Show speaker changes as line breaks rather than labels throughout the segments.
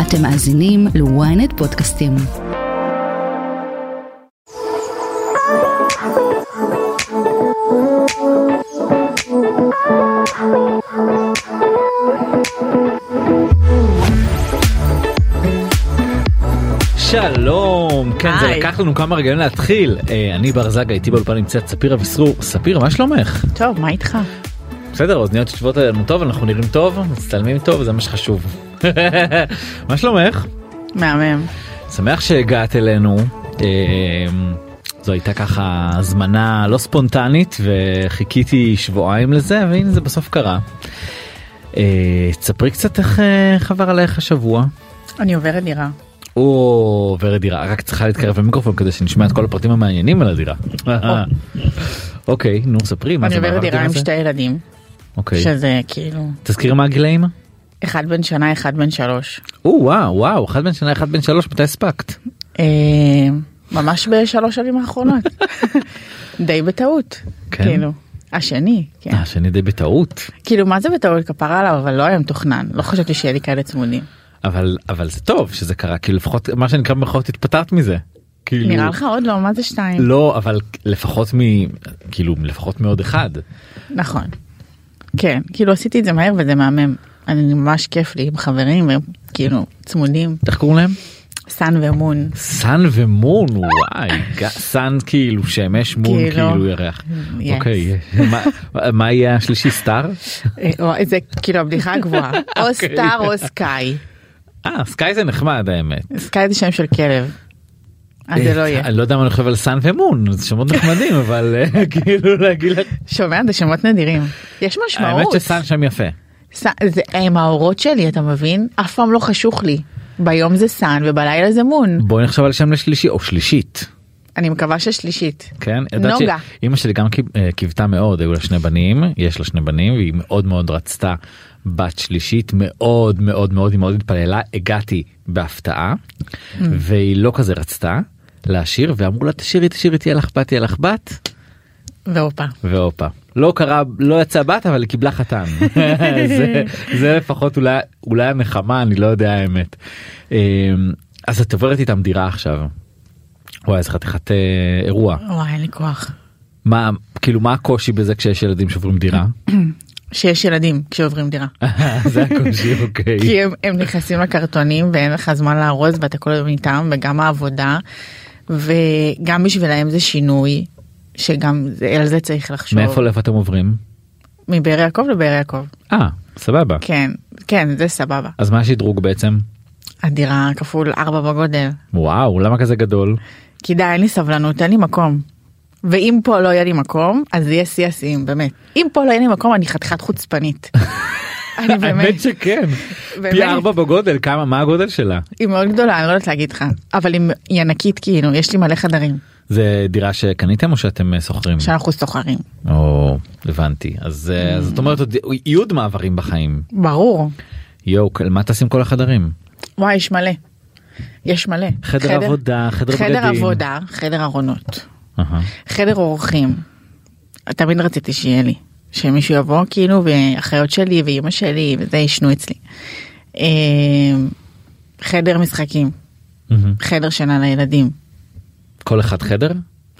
אתם מאזינים ל-ynet פודקאסטים.
שלום, כן זה
היי.
לקח לנו כמה רגעים להתחיל, אה, אני בר זגה איתי באולפן נמצאת ספירה אביסרור, ספיר מה שלומך?
טוב, מה איתך?
בסדר האוזניות יושבות עלינו טוב אנחנו נראים טוב מצטלמים טוב זה מה שחשוב. מה שלומך?
מהמם.
שמח שהגעת אלינו. אה, זו הייתה ככה הזמנה לא ספונטנית וחיכיתי שבועיים לזה והנה זה בסוף קרה. אה, תספרי קצת איך אה, חבר עלייך השבוע.
אני עוברת דירה.
או ורד דירה רק צריכה להתקרב למיקרופון כדי שנשמע את כל הפרטים המעניינים על הדירה. אוקיי נו ספרי מה
אני
זה
עוברת
בעברתם
דירה עם
את זה?
שתי ילדים,
אוקיי
שזה כאילו,
תזכיר מה הגילאים?
אחד בן שנה, אחד בן שלוש.
או וואו וואו אחד בן שנה אחד בן שלוש מתי הספקת?
אה, ממש בשלוש שנים האחרונות. די בטעות.
כן?
כאילו. השני, כן.
אה שאני די בטעות
כאילו, מה זה בטעות? כפרה עליו, אבל לא היה מתוכנן. לא חשבתי שיהיה לי כאלה צמודים.
כאילו- אבל אבל זה טוב שזה קרה כאילו לפחות מה שנקרא במחאות התפטרת מזה. כאילו
נראה לך עוד לא, מה זה שתיים?
לא אבל לפחות מ... כאילו לפחות מעוד אחד. לא.
נכון. כן, כאילו עשיתי את זה מהר וזה מהמם. אני ממש כיף לי עם חברים, הם כאילו צמודים,
איך קוראים להם?
סאן ומון.
סאן ומון וואי ג- סאן כאילו שמש מון
כאילו. Mm,
כאילו ירח.
Yes.
אוקיי מה- מה יהיה השלישי סטאר?
אה, או- זה כאילו הבדיחה הגבוהה, אוקיי. או סטאר או סקאי.
אה סקאי זה נחמד האמת.
סקאי זה שם של כלב. אז זה לא יהיה.
אני לא יודע מה אני חושב על סאן ומון זה שמות נחמדים אבל אה, כאילו להגיד לך.
שומע? זה שמות נדירים. יש
האמת
משמעות.
שסאן שם יפה.
ס- זה הם האורות שלי, אתה מבין? אף פעם לא חשוך לי. ביום זה סאן ובלילה זה מון.
בואי נחשוב על שם לשלישי או שלישית.
אני מקווה ששלישית.
כן, ידעת
נוגה.
שאימא שלי גם קיו- אה, קיוותה מאוד, היו לה שני בנים, יש לה שני בנים, והיא מאוד מאוד רצתה בת שלישית, מאוד מאוד מאוד, היא מאוד התפללה, הגעתי בהפתעה, והיא לא כזה רצתה להשאיר, ואמרו לה תשאירי תשאירי תהיה לך בת תהיה לך בת,
והופה.
והופה. לא קרה, לא יצאה בת, אבל היא קיבלה חתן. זה, זה לפחות אולי, אולי הנחמה, אני לא יודע האמת. אה, אז את עוברת איתם דירה עכשיו. וואי, איזה חתיכת אה, אירוע.
וואי, אין לי כוח.
מה כאילו מה הקושי בזה כשיש ילדים שעוברים דירה
שיש ילדים כשעוברים דירה.
זה הקושי אוקיי
כי הם, הם נכנסים לקרטונים ואין לך זמן לארוז ואתה כל הזמן איתם וגם העבודה וגם בשבילהם זה שינוי שגם זה, על זה צריך לחשוב.
מאיפה לאיפה אתם עוברים
מבאר יעקב לבאר יעקב.
אה סבבה
כן, כן זה סבבה.
אז מה השדרוג בעצם
הדירה כפול 4 בגודל.
וואו למה כזה גדול
כי די אין לי סבלנות אין לי מקום. ואם פה לא יהיה לי מקום אז יהיה שיא השיאים באמת. אם פה לא יהיה לי מקום אני חתיכת חוצפנית. אני באמת,
האמת שכן פי
באמת.
ארבע בגודל כמה מה הגודל שלה
היא מאוד גדולה אני לא יודעת להגיד לך אבל היא היא ענקית כאילו יש לי מלא חדרים
זה דירה שקניתם או שאתם אה, שוכרים
שאנחנו סוחרים.
או הבנתי אז אה, אז זאת אומרת עוד- יהיו עוד מעברים בחיים
ברור.
יואו על מה תשים כל החדרים
וואי, יש מלא. יש מלא.
חדר עבודה, חדר
חדר
בגדים.
עבודה, חדר ארונות.
אהה.
חדר אורחים. תמיד רציתי שיהיה לי. שמישהו יבוא כאילו, ואחיות שלי ואימא שלי וזה ישנו אצלי. אה, חדר משחקים,
מהמם.
חדר שינה לילדים.
כל אחד חדר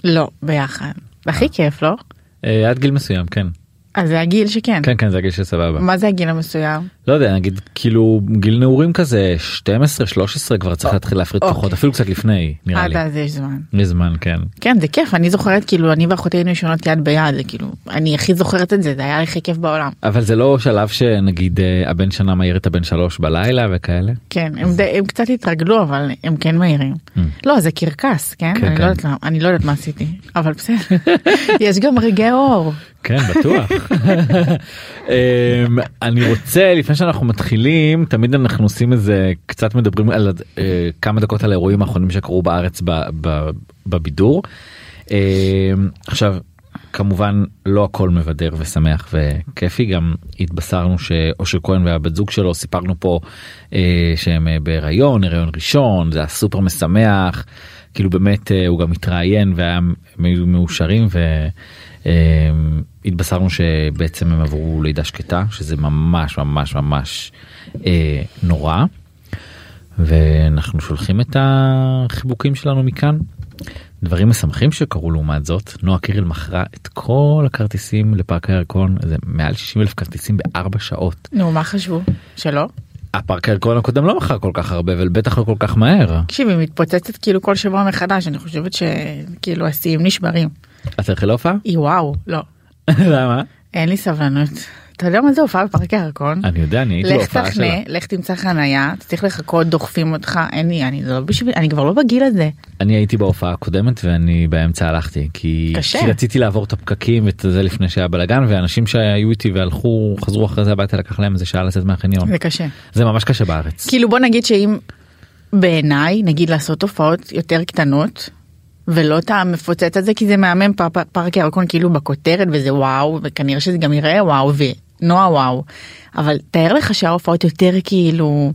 לא, ביחד. הכי כיף, לא?
אה, עד גיל מסוים כן
אז זה הגיל שכן.
כן כן זה הגיל שסבבה.
מה זה הגיל המסוים?
לא יודע נגיד כאילו גיל נעורים כזה 12 13 כבר צריך להתחיל להפריד
אוקיי.
כוחות אפילו קצת לפני נראה לי.
עד אז יש זמן.
מזמן כן.
כן זה כיף אני זוכרת כאילו אני ואחותי היינו ישנות יד ביד זה כאילו אני הכי זוכרת את זה זה היה הכי כיף בעולם.
אבל זה לא שלב שנגיד אה, הבן שנה מעיר את הבן שלוש בלילה וכאלה.
כן, הם, די, הם קצת התרגלו אבל הם כן מהירים. לא, זה קרקס, כן?
Mm. כן,
אני,
כן.
לא יודעת, למה- אני לא יודעת מה עשיתי, אבל בסדר. יש גם רגעי אור.
כן בטוח. אמ, אני רוצה לפני שאנחנו מתחילים תמיד אנחנו עושים איזה קצת מדברים על אה, כמה דקות על האירועים האחרונים שקרו בארץ ב- ב- בבידור. אמ, עכשיו כמובן לא הכל מבדר ושמח וכיפי גם התבשרנו שאושר כהן והבת זוג שלו סיפרנו פה אה, שהם אה, בהיריון הריון ראשון זה היה סופר משמח כאילו באמת אה, הוא גם התראיין והם היו מאושרים והתבשרנו אמ, שבעצם הם עברו לידה שקטה שזה ממש ממש ממש אה, נורא. ואנחנו שולחים את החיבוקים שלנו מכאן. דברים משמחים שקרו לעומת זאת, נועה קירל מכרה את כל הכרטיסים לפארק הירקון, זה מעל 60 אלף כרטיסים בארבע שעות.
נו, מה חשבו? שלא?
הפארק הירקון הקודם לא מכר כל כך הרבה, אבל בטח לא כל כך מהר.
תקשיב, היא מתפוצצת כאילו כל שבוע מחדש, אני חושבת שכאילו השיאים נשברים.
את הולכת להופעה?
היא וואו, לא.
למה?
אין לי סבלנות. אתה יודע מה זה הופעה בפארק הירקון?
אני יודע, אני הייתי
לך
בהופעה שלה.
תחנה, לך תמצא חנייה, תצטרך לחכות, דוחפים אותך, אין לי, אני לא בשביל, אני כבר לא בגיל הזה.
אני הייתי בהופעה הקודמת ואני באמצע הלכתי כי,
קשה.
כי רציתי לעבור את הפקקים ואת זה לפני שהיה בלאגן ואנשים שהיו איתי והלכו חזרו אחרי זה הביתה לקח להם איזה שעה לצאת מהחניון
זה קשה.
זה ממש קשה בארץ
כאילו בוא נגיד שאם בעיניי, נגיד לעשות הופעות יותר קטנות, ולא את המפוצץ הזה, כי זה מהמם פ- פ- פארק ירקון כאילו בכותרת, וזה וואו, וכנראה שזה גם יראה וואו, ונועה וואו. אבל תאר לך שההופעות יותר כאילו,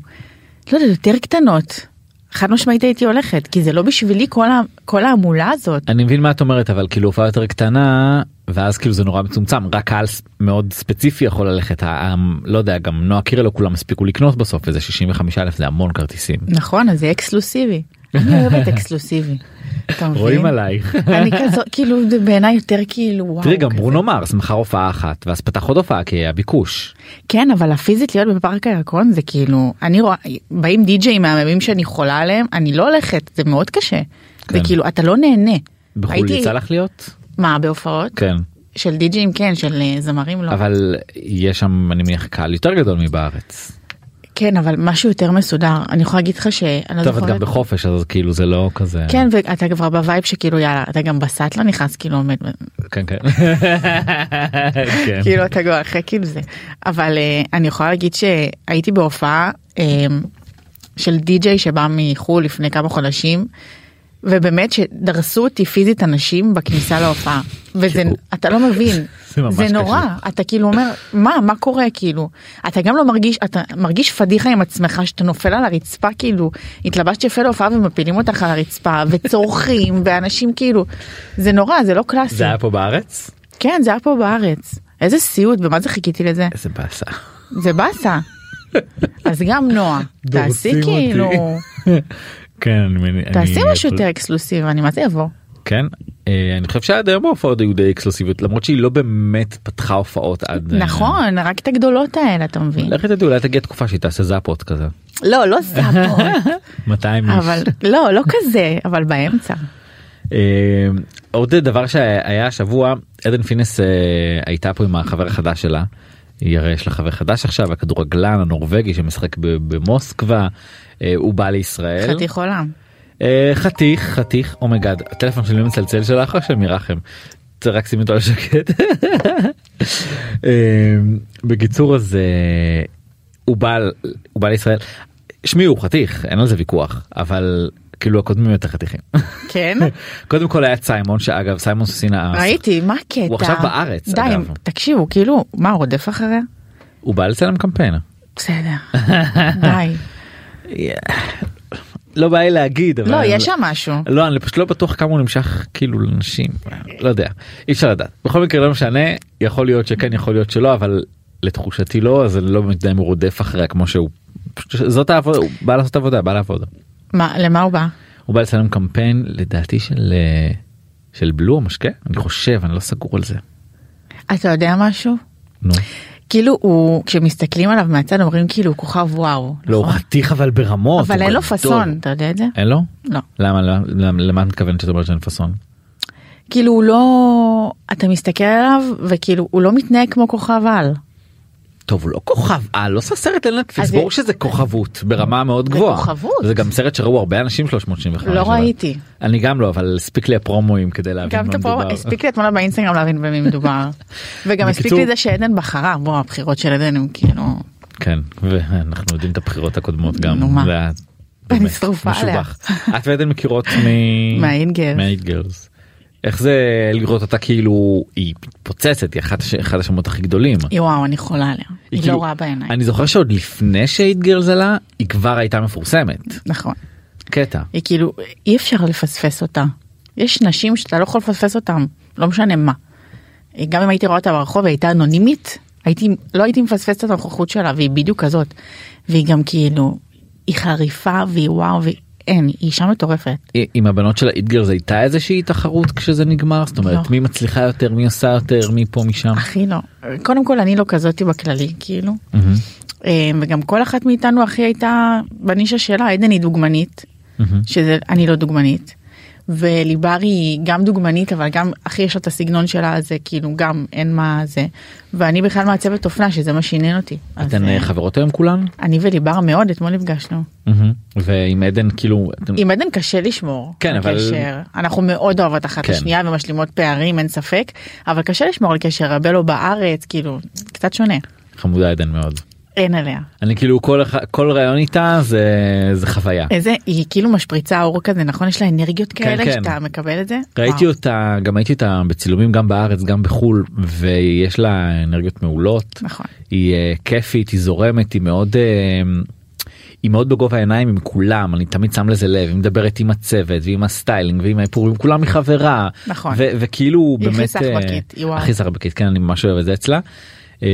לא יודעת, יותר קטנות. חד משמעית הייתי הולכת, כי זה לא בשבילי כל, ה- כל ההמולה הזאת.
אני מבין מה את אומרת אבל כאילו הופעה יותר קטנה ואז כאילו זה נורא מצומצם רק קהל ס- מאוד ספציפי יכול ללכת ה- ה- לא יודע גם נועה קירל לא כולם הספיקו לקנות בסוף איזה 65 אלף זה המון כרטיסים
נכון, אז זה אקסקלוסיבי. אני אוהבת אקסקלוסיבי. אתה מבין?
רואים עלייך.
אני כזו, כאילו, זה בעיניי יותר כאילו, וואו.
תראי גם
כזה.
ברונו מרס מכר הופעה אחת ואז פתח עוד הופעה כי היה ביקוש.
כן, אבל הפיזית להיות בפארק הירקון זה כאילו, אני רואה, באים די-ג'אים מהממים שאני חולה עליהם, אני לא הולכת, זה מאוד קשה. זה
כן.
כאילו, אתה לא נהנה.
בחו"ל
הייתי-
יצא לך להיות?
מה, בהופעות?
כן.
של די-ג'אים כן, של אה, זמרים לא.
אבל יש שם אני מניח קהל יותר גדול מבארץ.
כן, אבל משהו יותר מסודר. אני יכולה להגיד לך שאני לא
טוב את
זוכרת.
גם בחופש אז כאילו זה לא כזה.
כן, ואתה כבר בווייב שכאילו, יאללה, אתה גם בסאטלה נכנס, כאילו עומד,
כן כן. כן.
כאילו אתה כבר אחרי כאילו זה. אבל אה, אני יכולה להגיד שהייתי בהופעה אה, של די-ג'יי שבא מחו"ל לפני כמה חודשים, ובאמת שדרסו אותי פיזית אנשים בכניסה להופעה. וזה,
שהוא-
אתה לא מבין,
זה ממש
זה
קשה.
נורא, אתה כאילו אומר, מה, מה קורה כאילו? אתה גם לא מרגיש, אתה מרגיש פדיחה עם עצמך שאתה נופל על הרצפה כאילו, התלבשת יפה להופעה ומפילים אותך על הרצפה, וצורכים, ואנשים כאילו, זה נורא, זה לא קלאסי.
זה היה פה בארץ?
כן, זה היה פה בארץ. איזה סיוט, ומה זה חיכיתי לזה?
איזה באסה.
זה באסה. אז גם נועה, תעשי
דורסים אותי.
כאילו,
כן אני מניח.
תעשי משהו יותר אקסקלוסיבי, אני מה זה אבוא.
כן. אה, אני חושב שעד היום ההופעות היו די אקסקלוסיביות למרות שהיא לא באמת פתחה הופעות עד. אה,
נכון, רק את הגדולות האלה, אתה מבין?
לך תדעו אולי תגיע תקופה שהיא תעשה זאפות כזה.
לא, לא סאפו,
200 איש.
אבל לא, לא כזה, אבל באמצע.
אה, עוד דבר שהיה השבוע עדן פינס אה, הייתה פה עם החבר החדש שלה. היא הרי יש לה חבר חדש עכשיו הכדורגלן הנורבגי שמשחק ב- במוסקבה אה, הוא בא לישראל
חתיך עולם.
אה, חתיך חתיך אומייגאד הטלפון שלי לא מצלצל שלך או של מרחם. ת- רק שימי אותו על שקט. אה, בקיצור אז אה, הוא בא הוא בא לישראל שמי הוא חתיך אין על זה ויכוח אבל כאילו הקודמים יותר חתיכים.
כן?
קודם כל היה את סיימון שאגב סיימון סוסינה
ראיתי, מה הקטע?
הוא עכשיו בארץ,
די,
אגב.
תקשיבו, כאילו, מה, הוא רודף אחריה?
הוא בא לצלם קמפיין.
בסדר, די.
לא בא לי להגיד אבל
לא, יש שם משהו.
לא אני פשוט לא בטוח כמה הוא נמשך כאילו לנשים לא יודע אי אפשר לדעת בכל מקרה לא משנה יכול להיות שכן יכול להיות שלא אבל לתחושתי לא אז אני לא יודע אם הוא רודף אחריה כמו שהוא פשוט- זאת העבודה הוא בא לעשות עבודה בא לעבוד
מה, למה הוא בא?
הוא בא לצלם קמפיין לדעתי של אה, של בלו המשקה אני חושב אני לא סגור על זה.
אתה יודע משהו?
נו.
כאילו הוא כשמסתכלים עליו מהצד אומרים כאילו הוא כוכב וואו.
לא הוא
נכון?
חתיך אבל ברמות
אבל
הוא כן.
אין לו
גדול.
פאסון אתה יודע את זה?
אין לו?
לא.
למה למה- למה את מתכוונת שאת אומרת שאין פאסון?
כאילו הוא לא אתה מסתכל עליו וכאילו הוא לא מתנהג כמו כוכב על.
טוב הוא לא כוכב על לא עושה סרט לנטפליקס
אז
ברור
זה-
שזה כוכבות ברמה מאוד
זה
גבוהה
כוכבות.
זה גם סרט שראו הרבה אנשים 365
לא
אבל-
ראיתי.
אני גם לא אבל הספיק לי הפרומואים כדי להבין
גם
אוקיי, מה
אתה פה
מדובר.
הספיק לי אתמול באינסטגרם להבין במי מדובר. וגם הספיק
בקיצור-
לי זה שעדן בחרה בוא הבחירות של עדן הם כאילו
כן ואנחנו יודעים את הבחירות הקודמות גם
נו, מה?
זה היה
אני
באמת
שרופה עליה.
משובח. את ועדן מכירות מ...
מהאינגרס.
מהאינגרס. איך זה לראות אותה כאילו היא מתפוצצת היא אחת הש- אחד השמות הכי גדולים.
היא וואו אני חולה עליה. היא לא
כאילו-
רואה בעיניים.
אני זוכר שעוד לפני שהאינגרס עלה היא כבר הייתה מפורסמת
נכון.
קטע.
היא כאילו אי אפשר לפספס אותה. יש נשים שאתה לא יכול לפספס אותן, לא משנה מה. גם אם הייתי רואה אותה ברחוב היא הייתה אנונימית, הייתי, לא הייתי מפספסת את הנוכחות שלה והיא בדיוק כזאת. והיא גם כאילו, היא חריפה והיא וואו והיא אין, היא אישה מטורפת.
עם הבנות של האיטגרס הייתה איזושהי תחרות כשזה נגמר? זאת אומרת,
לא.
מי מצליחה יותר, מי עושה יותר, מי פה, משם?
הכי לא. קודם כל אני לא כזאתי בכללי, כאילו.
מהמם,
אה, וגם כל אחת מאיתנו הכי הייתה בנישה שלה, עדן היא דוגמנית,
מהמם.
שזה אני לא דוגמנית. וליבר היא גם דוגמנית אבל גם הכי יש לה את הסגנון שלה אז זה כאילו גם אין מה זה ואני בכלל מעצבת אופנה שזה מה שעניין אותי. אז,
אתן
אה,
אה, חברות היום כולן?
אני וליבר מאוד אתמול נפגשנו.
מהמם. ועם עדן כאילו אתם-
עם עדן קשה לשמור.
כן,
על
אבל-
קשר. אנחנו מאוד אוהבות אחת את
כן.
השנייה ומשלימות פערים אין ספק אבל קשה לשמור על קשר הרבה לא בארץ כאילו קצת שונה.
חמודה עדן מאוד.
אין עליה.
אני כאילו כל אח- כל ראיון איתה זה זה חוויה.
איזה היא כאילו משפריצה אור כזה נכון יש לה אנרגיות
כן,
כאלה
כן.
שאתה מקבל את זה.
ראיתי
וואו.
אותה גם ראיתי אותה בצילומים גם בארץ גם בחול ויש לה אנרגיות מעולות
נכון.
היא אה, כיפית היא זורמת היא מאוד אה, היא מאוד בגובה העיניים עם כולם אני תמיד שם לזה לב היא מדברת עם הצוות ועם הסטיילינג ועם האיפורים כולם היא חברה
נכון.
ו- וכאילו
היא הכי
באמת אה,
סחבקית, היא וואו.
הכי סחבקית כן אני ממש אוהב את זה אצלה. אה,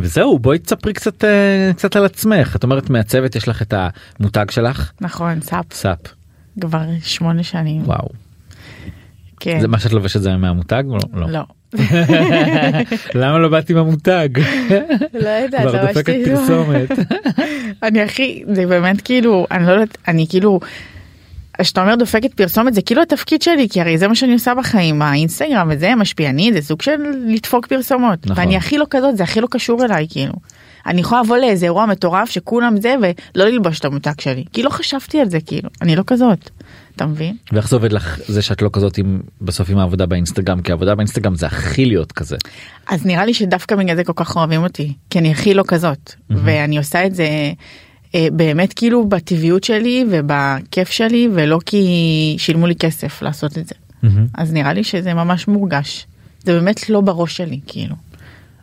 וזהו בואי תספרי קצת אה, קצת על עצמך את אומרת מהצוות יש לך את המותג שלך
נכון סאפ
סאפ
כבר שמונה שנים.
וואו
כן.
זה מה שאת לובשת זה מהמותג או לא?
לא.
למה לא באתי עם המותג?
לא יודעת.
כבר
ממש
דופקת
כאילו-
פרסומת.
אני הכי זה באמת כאילו אני לא יודעת אני כאילו. כשאתה אומר דופקת פרסומת זה כאילו התפקיד שלי כי הרי זה מה שאני עושה בחיים האינסטגרם וזה משפיעני זה סוג של לדפוק פרסומות
נכון.
ואני הכי לא כזאת זה הכי לא קשור אליי כאילו. אני יכולה לבוא לאיזה אירוע מטורף שכולם זה ולא ללבוש את המותג שלי כי לא חשבתי על זה כאילו אני לא כזאת. אתה מבין?
ואיך זה עובד לך זה שאת לא כזאת עם בסוף עם העבודה באינסטגרם כי העבודה באינסטגרם זה הכי להיות כזה.
אז נראה לי שדווקא בגלל זה כל כך אוהבים אותי כי אני הכי לא כזאת ואני עושה את זה אה, באמת כאילו בטבעיות שלי ובכיף שלי ולא כי שילמו לי כסף לעשות את זה אז נראה לי שזה ממש מורגש זה באמת לא בראש שלי כאילו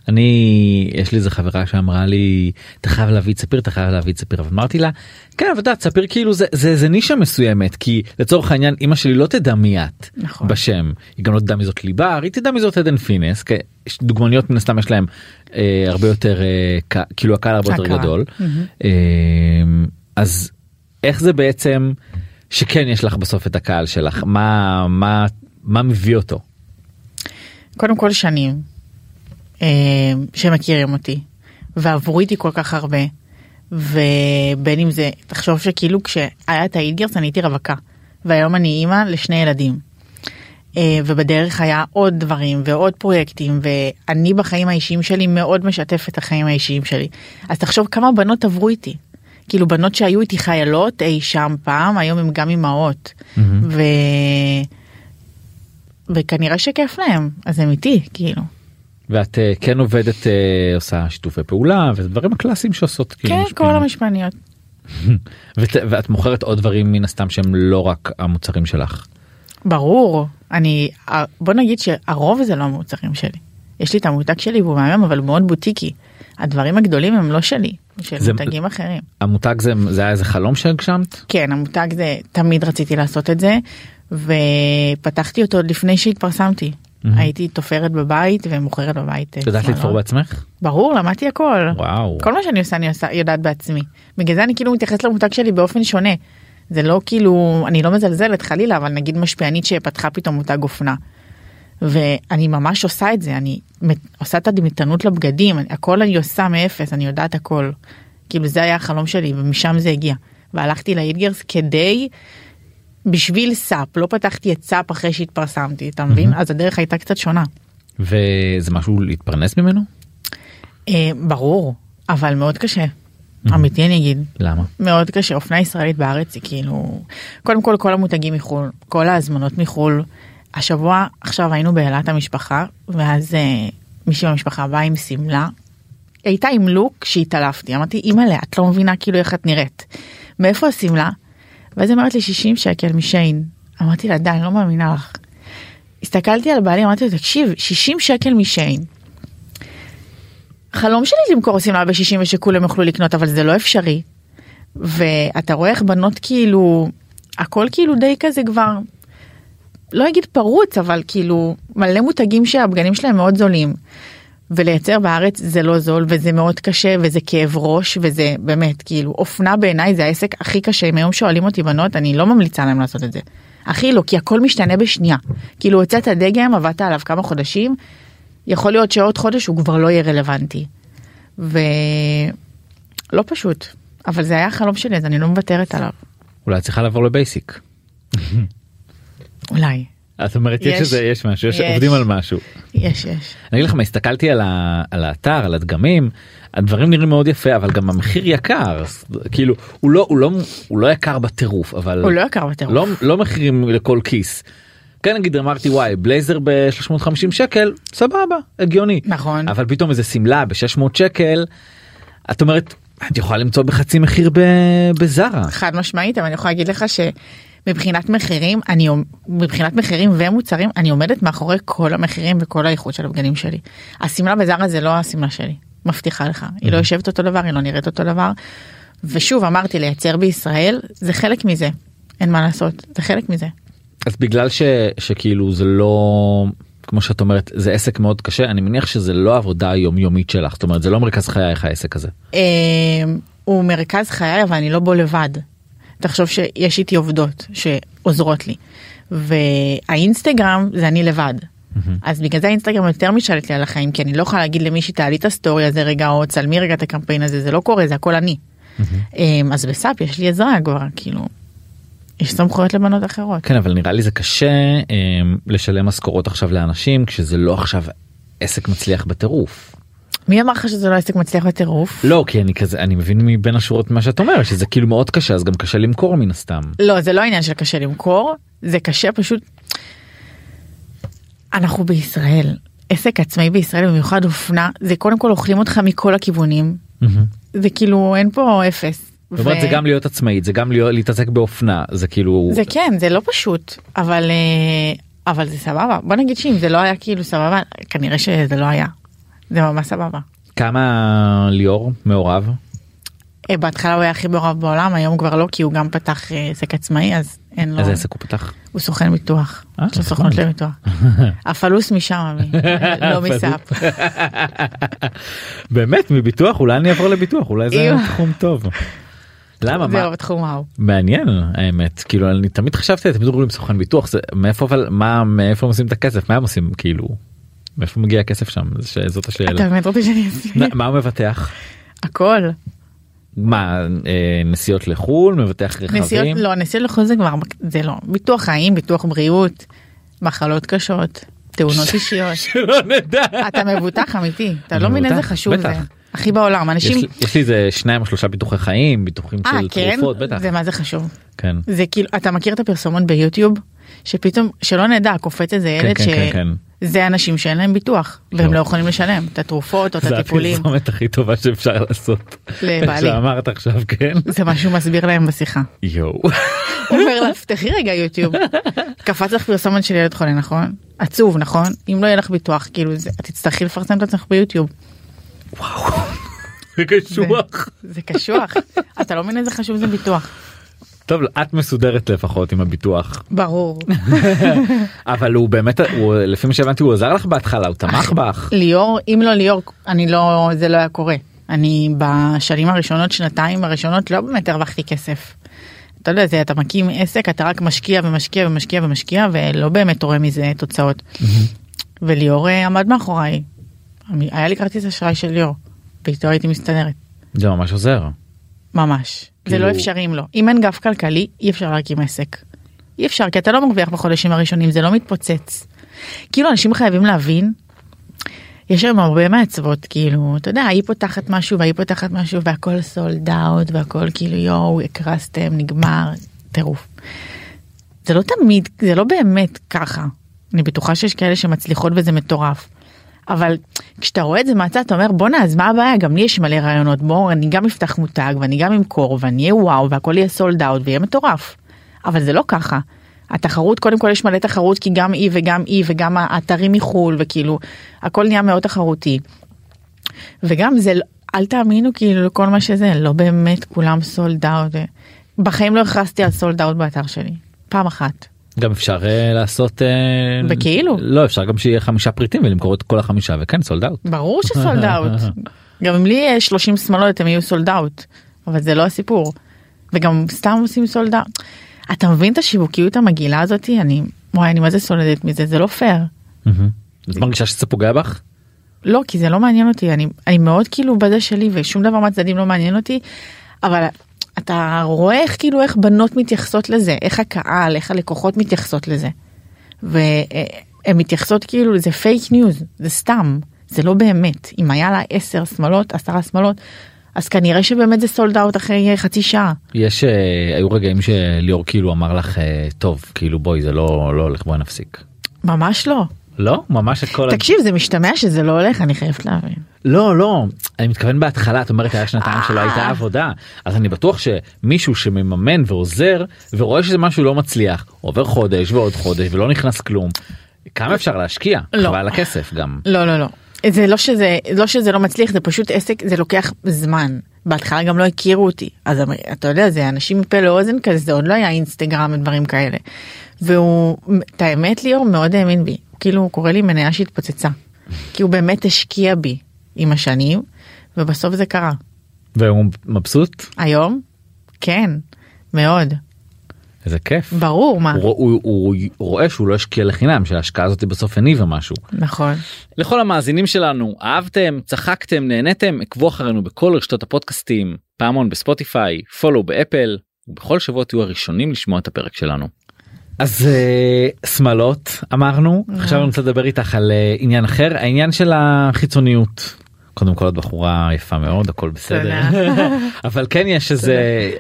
אני יש לי איזה חברה שאמרה לי אתה חייב להביא את ספיר אתה חייב להביא את ספיר אבל אמרתי לה כן אבל אתה יודעת ספיר כאילו זה זה זה נישה מסוימת כי לצורך העניין אמא שלי לא תדע מי את
נכון.
בשם היא גם לא תדע מי זאת ליבר היא תדע מי זאת עדן פינס כי יש- דוגמניות מן הסתם יש להם אה, הרבה יותר אה, ק- כאילו הקהל הרבה יותר
הקהל. Mm-hmm.
גדול אה, אז איך זה בעצם שכן יש לך בסוף את הקהל שלך מה מה מה מביא אותו.
קודם כל שנים אה, שמכירים אותי ועברו איתי כל כך הרבה ובין אם זה תחשוב שכאילו כשהיה את האילגרס אני הייתי רווקה והיום אני אימא לשני ילדים. אה, ובדרך היה עוד דברים ועוד פרויקטים ואני בחיים האישיים שלי מאוד משתף את החיים האישיים שלי אז תחשוב כמה בנות עברו איתי. כאילו בנות שהיו איתי חיילות אי שם פעם היום הן גם אימהות. ו... וכנראה שכיף להם אז הם איתי כאילו.
ואת אה, כן עובדת אה, עושה שיתופי פעולה ודברים הקלאסיים שעושות כאילו,
כן
משפיעים.
כל המשפעניות.
ואת, ואת מוכרת עוד דברים מן הסתם שהם לא רק המוצרים שלך.
ברור אני אה, בוא נגיד שהרוב זה לא המוצרים שלי. יש לי את המותג שלי והוא מהמם אבל הוא מאוד בוטיקי. הדברים הגדולים הם לא שלי. הם של
זה-
מותגים אחרים.
המותג זה, זה היה איזה חלום שהגשמת?
כן המותג זה תמיד רציתי לעשות את זה ופתחתי אותו עוד לפני שהתפרסמתי. הייתי תופרת בבית ומוכרת בבית. אה,
את יודעת
שמלות.
לתפור בעצמך?
ברור למדתי הכל.
וואו.
כל מה שאני עושה אני עושה יודעת בעצמי בגלל זה אני כאילו מתייחסת למותג שלי באופן שונה. זה לא כאילו אני לא מזלזלת חלילה אבל נגיד משפיענית שפתחה פתאום מותג אופנה. ואני ממש עושה את זה אני מ- עושה את הדמיתנות לבגדים אני- הכל אני עושה מאפס אני יודעת הכל. כאילו זה היה החלום שלי ומשם זה הגיע והלכתי לאידגרס כדי בשביל סאפ לא פתחתי את סאפ אחרי שהתפרסמתי אתה מבין אז הדרך הייתה קצת שונה.
וזה משהו להתפרנס ממנו?
אה, ברור אבל מאוד קשה. אמיתי אני אגיד
למה?
מאוד קשה אופנה ישראלית בארץ היא כאילו קודם כל כל המותגים מחו"ל כל ההזמנות מחו"ל. השבוע עכשיו היינו באילת המשפחה ואז אה, מישהי במשפחה באה עם שמלה. היא הייתה עם לוק שהתעלפתי אמרתי אימא'לה את לא מבינה כאילו איך את נראית. מאיפה השמלה? ואז היא אומרת לי 60 שקל משיין אמרתי לה די אני לא מאמינה לך. הסתכלתי על בעלי אמרתי לו תקשיב 60 שקל משיין. חלום שלי למכור שמלה ב-60 ושכולם יוכלו לקנות אבל זה לא אפשרי. ואתה רואה איך בנות כאילו הכל כאילו די כזה כבר לא אגיד פרוץ אבל כאילו מלא מותגים שהבגדים שלהם מאוד זולים. ולייצר בארץ זה לא זול וזה מאוד קשה וזה כאב ראש וזה באמת כאילו אופנה בעיניי זה העסק הכי קשה אם היום שואלים אותי בנות אני לא ממליצה להם לעשות את זה. הכי לא כי הכל משתנה בשנייה כאילו הוצאת דגם עבדת עליו כמה חודשים יכול להיות שעוד חודש הוא כבר לא יהיה רלוונטי. ולא לא פשוט אבל זה היה החלום שלי אז אני לא מוותרת עליו
אולי את צריכה לעבור לבייסיק.
אולי
את אומרת יש
יש.
איזה יש משהו יש
יש.
עובדים על משהו.
יש יש
אני אגיד לך מה הסתכלתי על, ה, על האתר על הדגמים הדברים נראים מאוד יפה אבל גם המחיר יקר אז כאילו הוא לא הוא לא הוא לא יקר בטירוף אבל
הוא לא יקר בטירוף.
לא, לא מחירים לכל כיס. כן נגיד אמרתי וואי בלייזר ב-350 שקל סבבה הגיוני
נכון.
אבל פתאום איזה שמלה ב-600 שקל את אומרת את יכולה למצוא בחצי מחיר ב- בזארה
חד משמעית אבל אני יכולה להגיד לך שמבחינת מחירים אני אומ- מבחינת מחירים ומוצרים אני עומדת מאחורי כל המחירים וכל האיכות של הבגדים שלי. השמלה בזארה זה לא השמלה שלי מבטיחה לך היא לא יושבת אותו דבר היא לא נראית אותו דבר. ושוב אמרתי לייצר בישראל זה חלק מזה אין מה לעשות זה חלק מזה.
אז בגלל ש, שכאילו זה לא כמו שאת אומרת זה עסק מאוד קשה אני מניח שזה לא העבודה היומיומית שלך זאת אומרת זה לא מרכז חייך העסק הזה.
אה, הוא מרכז חיי אבל אני לא בו לבד. תחשוב שיש איתי עובדות שעוזרות לי. והאינסטגרם זה אני לבד. אז בגלל זה האינסטגרם יותר משלט לי על החיים כי אני לא יכולה להגיד למישהי תעלי את הסטורי הזה רגע או צלמי רגע את הקמפיין הזה זה לא קורה זה הכל אני. אה, אז בסאפ יש לי עזרה כבר כאילו. יש סמכויות לבנות אחרות.
כן אבל נראה לי זה קשה אה, לשלם משכורות עכשיו לאנשים כשזה לא עכשיו עסק מצליח בטירוף.
מי אמר לך שזה לא עסק מצליח בטירוף?
לא כי אני כזה אני מבין מבין השורות מה שאת אומרת שזה כאילו מאוד קשה אז גם קשה למכור מן הסתם.
לא זה לא עניין של קשה למכור זה קשה פשוט. אנחנו בישראל עסק עצמאי בישראל במיוחד אופנה זה קודם כל אוכלים אותך מכל הכיוונים זה כאילו אין פה אפס.
זאת אומרת זה גם להיות עצמאית זה גם להיות להתעסק באופנה זה כאילו
זה כן זה לא פשוט אבל אה, אבל זה סבבה בוא נגיד שאם זה לא היה כאילו סבבה כנראה שזה לא היה. זה ממש סבבה.
כמה ליאור מעורב
אה, בהתחלה הוא היה הכי מעורב בעולם היום כבר לא כי הוא גם פתח אה, עסק עצמאי אז אין לו.
איזה עסק הוא פתח.
הוא סוכן ביטוח.
אה,
יש לו
נחמד.
סוכנות לביטוח. הפלוס משם, אמי, לא מסאפ.
באמת מביטוח אולי אני אעבור לביטוח אולי זה
אימא.
תחום טוב. למה מה
זהו בתחום ההוא.
מעניין האמת כאילו אני תמיד חשבתי תמיד אומרים סוכן ביטוח זה מאיפה אבל מה מאיפה הם עושים את הכסף מה הם עושים כאילו מאיפה מגיע הכסף שם זה ש- זאת השאלה
אתה באמת רוצה שאני אסביר?
מה הוא מבטח
הכל.
מה אה, נסיעות לחו"ל מבטח
נסיעות,
רכבים
לא, נסיעות לחו"ל זה כבר, זה לא. ביטוח חיים, ביטוח בריאות, מחלות קשות, תאונות אישיות.
שלא נדע
אתה מבוטח אמיתי, אתה לא מבין
מבוטח,
איזה חשוב זה.
בטח.
הכי בעולם,
יש
אנשים...
לי- יש לי איזה שניים או שלושה ביטוחי חיים ביטוחים
אה,
של
כן?
תרופות בטח
זה מה זה חשוב.
כן
זה כאילו, אתה מכיר את הפרסומות ביוטיוב? שפתאום, שלא נדע, קופץ איזה ילד
כן,
ש...
כן, כן.
זה אנשים שאין להם ביטוח, והם
לא.
לא יכולים לשלם את התרופות או את
זה
הטיפולים.
הפרסומת הכי טובה שאפשר לעשות.
לבעלי.
איך שאמרת עכשיו כן
זה מה שהוא מסביר להם בשיחה.
יואו
הוא אומר לה, פתחי רגע יוטיוב. קפץ לך פרסומת של ילד חולה, נכון? עצוב, נכון? אם לא יהיה לך ביטוח, כאילו, זה- את תצטרכי לפרסם את עצמך ביוטיוב.
זה קשוח.
זה קשוח. אתה לא מבין איזה חשוב זה ביטוח.
טוב את מסודרת לפחות עם הביטוח
ברור.
אבל הוא באמת הוא לפי מה שהבנתי הוא עזר לך בהתחלה הוא תמך
אה.
בך
ליאור, אם לא ליאור, אני לא, זה לא היה קורה. אני בשנים הראשונות, שנתיים הראשונות, לא באמת הרווחתי כסף. אתה יודע, זה, אתה מקים עסק, אתה רק משקיע ומשקיע ומשקיע ומשקיע, ולא באמת רואה מזה תוצאות. וליאור אה, עמד מאחוריי. אני- היה לי כרטיס אשראי של ליאור, ואיתו הייתי מסתדרת,
זה ממש עוזר.
ממש. זה
כאילו-
לא אפשרי אם לא. אם אין גב כלכלי, אי אפשר להקים עסק. אי אפשר, כי אתה לא מרוויח בחודשים הראשונים, זה לא מתפוצץ. כאילו, אנשים חייבים להבין, יש היום הרבה מעצבות, כאילו, אתה יודע, היא פותחת משהו והיא פותחת משהו, והכל סולד אאוט, והכל כאילו, יואו, הקרסתם, נגמר, טירוף. זה לא תמיד, זה לא באמת ככה. אני בטוחה שיש כאלה שמצליחות וזה מטורף. אבל כשאתה רואה את זה מהצד אתה אומר בואנה אז מה הבעיה גם לי יש מלא רעיונות בואו אני גם אפתח מותג ואני גם אמכור ואני אהיה וואו והכל יהיה סולד אאוט ויהיה מטורף. אבל זה לא ככה. התחרות קודם כל יש מלא תחרות כי גם היא וגם היא וגם האתרים מחול וכאילו הכל נהיה מאוד תחרותי. וגם זה לא- אל תאמינו כאילו לכל מה שזה לא באמת כולם סולד אאוט בחיים לא הכרזתי על סולד אאוט באתר שלי פעם אחת
גם אפשר אה, לעשות אה,
בכאילו.
לא אפשר גם שיהיה חמישה פריטים ולמכור את כל החמישה וכן סולד אאוט.
ברור שסולד אאוט. גם אם לי יש 30 שמאלות הם יהיו סולד אאוט. אבל זה לא הסיפור. וגם סתם עושים סולד אאוט. אתה מבין את השיווקיות המגעילה הזאתי? אני, וואי, אני מה זה סולדת מזה, זה לא פייר.
את מרגישה שזה פוגע בך?
לא, כי זה לא מעניין אותי, אני, אני מאוד כאילו בזה שלי ושום דבר מהצדדים לא מעניין אותי, אבל אתה רואה איך כאילו איך בנות מתייחסות לזה, איך הקהל, איך הלקוחות מתייחסות לזה. והן מתייחסות כאילו זה פייק ניוז, זה סתם, זה לא באמת. אם היה לה עשר שמלות, עשרה שמלות, אז כנראה שבאמת זה סולד אאוט אחרי אה, חצי שעה.
יש אה, היו רגעים שליאור כאילו אמר לך אה, טוב כאילו בואי זה לא לא הולך בואי נפסיק.
ממש לא.
לא ממש את כל
תקשיב, זה משתמע שזה לא הולך, אני חייבת להבין.
לא לא אני מתכוון בהתחלה את אומרת היה שנתיים שלא הייתה
אה.
עבודה אז אני בטוח שמישהו שמממן ועוזר ורואה שזה משהו לא מצליח עובר חודש ועוד חודש ולא נכנס כלום. כמה אפשר להשקיע?
לא.
חבל על הכסף גם.
לא לא לא זה לא שזה לא שזה לא מצליח זה פשוט עסק זה לוקח זמן בהתחלה גם לא הכירו אותי אז אמר- אתה יודע זה אנשים מפה לאוזן כזה זה עוד לא היה אינסטגרם ודברים כאלה. והוא את האמת ליאור מאוד האמין בי הוא כאילו הוא קורא לי מניה שהתפוצצה כי הוא באמת השקיע בי עם השנים ובסוף זה קרה
והוא מבסוט?
היום כן מאוד
איזה כיף.
ברור מה
הוא, רוא- הוא, הוא, הוא רואה שהוא לא השקיע לחינם שההשקעה הזאת בסוף הניבה משהו.
נכון
לכל המאזינים שלנו אהבתם צחקתם נהנתם עקבו אחרינו בכל רשתות הפודקאסטים פעמון בספוטיפיי פולו באפל ובכל שבוע תהיו הראשונים לשמוע את הפרק שלנו. אז אה, שמלות אמרנו עכשיו אני רוצה לדבר איתך על אה, עניין אחר העניין של החיצוניות. קודם כל את בחורה יפה מאוד הכל בסדר אבל כן יש איזה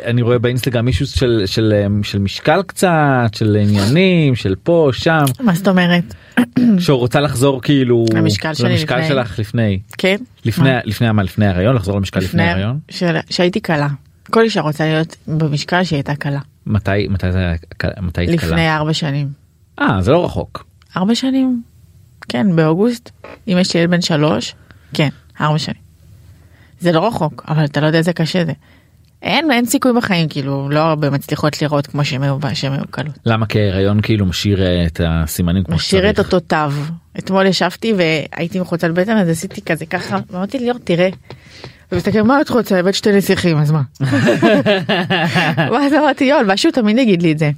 אני רואה באינסטגרם מישהו של של אה, של משקל קצת של עניינים של פה שם
מה זאת אומרת
שהוא רוצה לחזור כאילו
למשקל שלי
למשקל
לפני.
שלך לפני
כן
לפני
מה?
לפני מה לפני הריון לחזור למשקל לפני
לפני
הריון
של- שהייתי קלה. כל אישה רוצה להיות במשקל שהיא הייתה קלה.
מתי מתי זה היה קל- מתי התקלה
לפני ארבע שנים.
אה זה לא רחוק
ארבע שנים? כן, באוגוסט. אם יש לי ילד בן שלוש, כן, ארבע שנים. זה לא רחוק, אבל אתה לא יודע איזה קשה זה. אין, אין סיכוי בחיים, כאילו, לא הרבה מצליחות לראות כמו שהן היו שהן היו קלות.
למה כי הריון כאילו משאיר אה, את הסימנים כמו
משאיר את
שצריך
אותו תו. אתמול ישבתי והייתי מחוצה לבטן, אז עשיתי כזה ככה, ואמרתי ליאור, תראה. הוא מסתכל, מה את רוצה? הבאת שתי נסיכים, אז מה? ואז אמרתי יואל משהו תמיד יגיד לי את זה.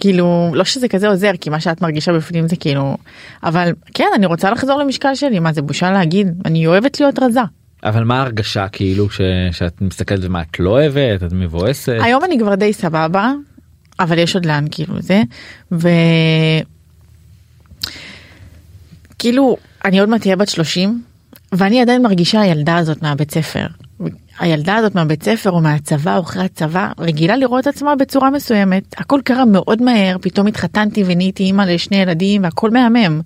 כאילו לא שזה כזה עוזר כי מה שאת מרגישה בפנים זה כאילו אבל כן אני רוצה לחזור למשקל שלי מה זה בושה להגיד אני אוהבת להיות רזה
אבל מה ההרגשה כאילו ש... שאת מסתכלת ומה את לא אוהבת את מבואסת
היום אני כבר די סבבה אבל יש עוד לאן כאילו זה וכאילו כאילו, אני עוד מעט אהיה בת 30 ואני עדיין מרגישה הילדה הזאת מהבית ספר. הילדה הזאת מהבית ספר או מהצבא או אחרי הצבא רגילה לראות עצמה בצורה מסוימת הכל קרה מאוד מהר פתאום התחתנתי ונהייתי אימא לשני ילדים והכל מהמם.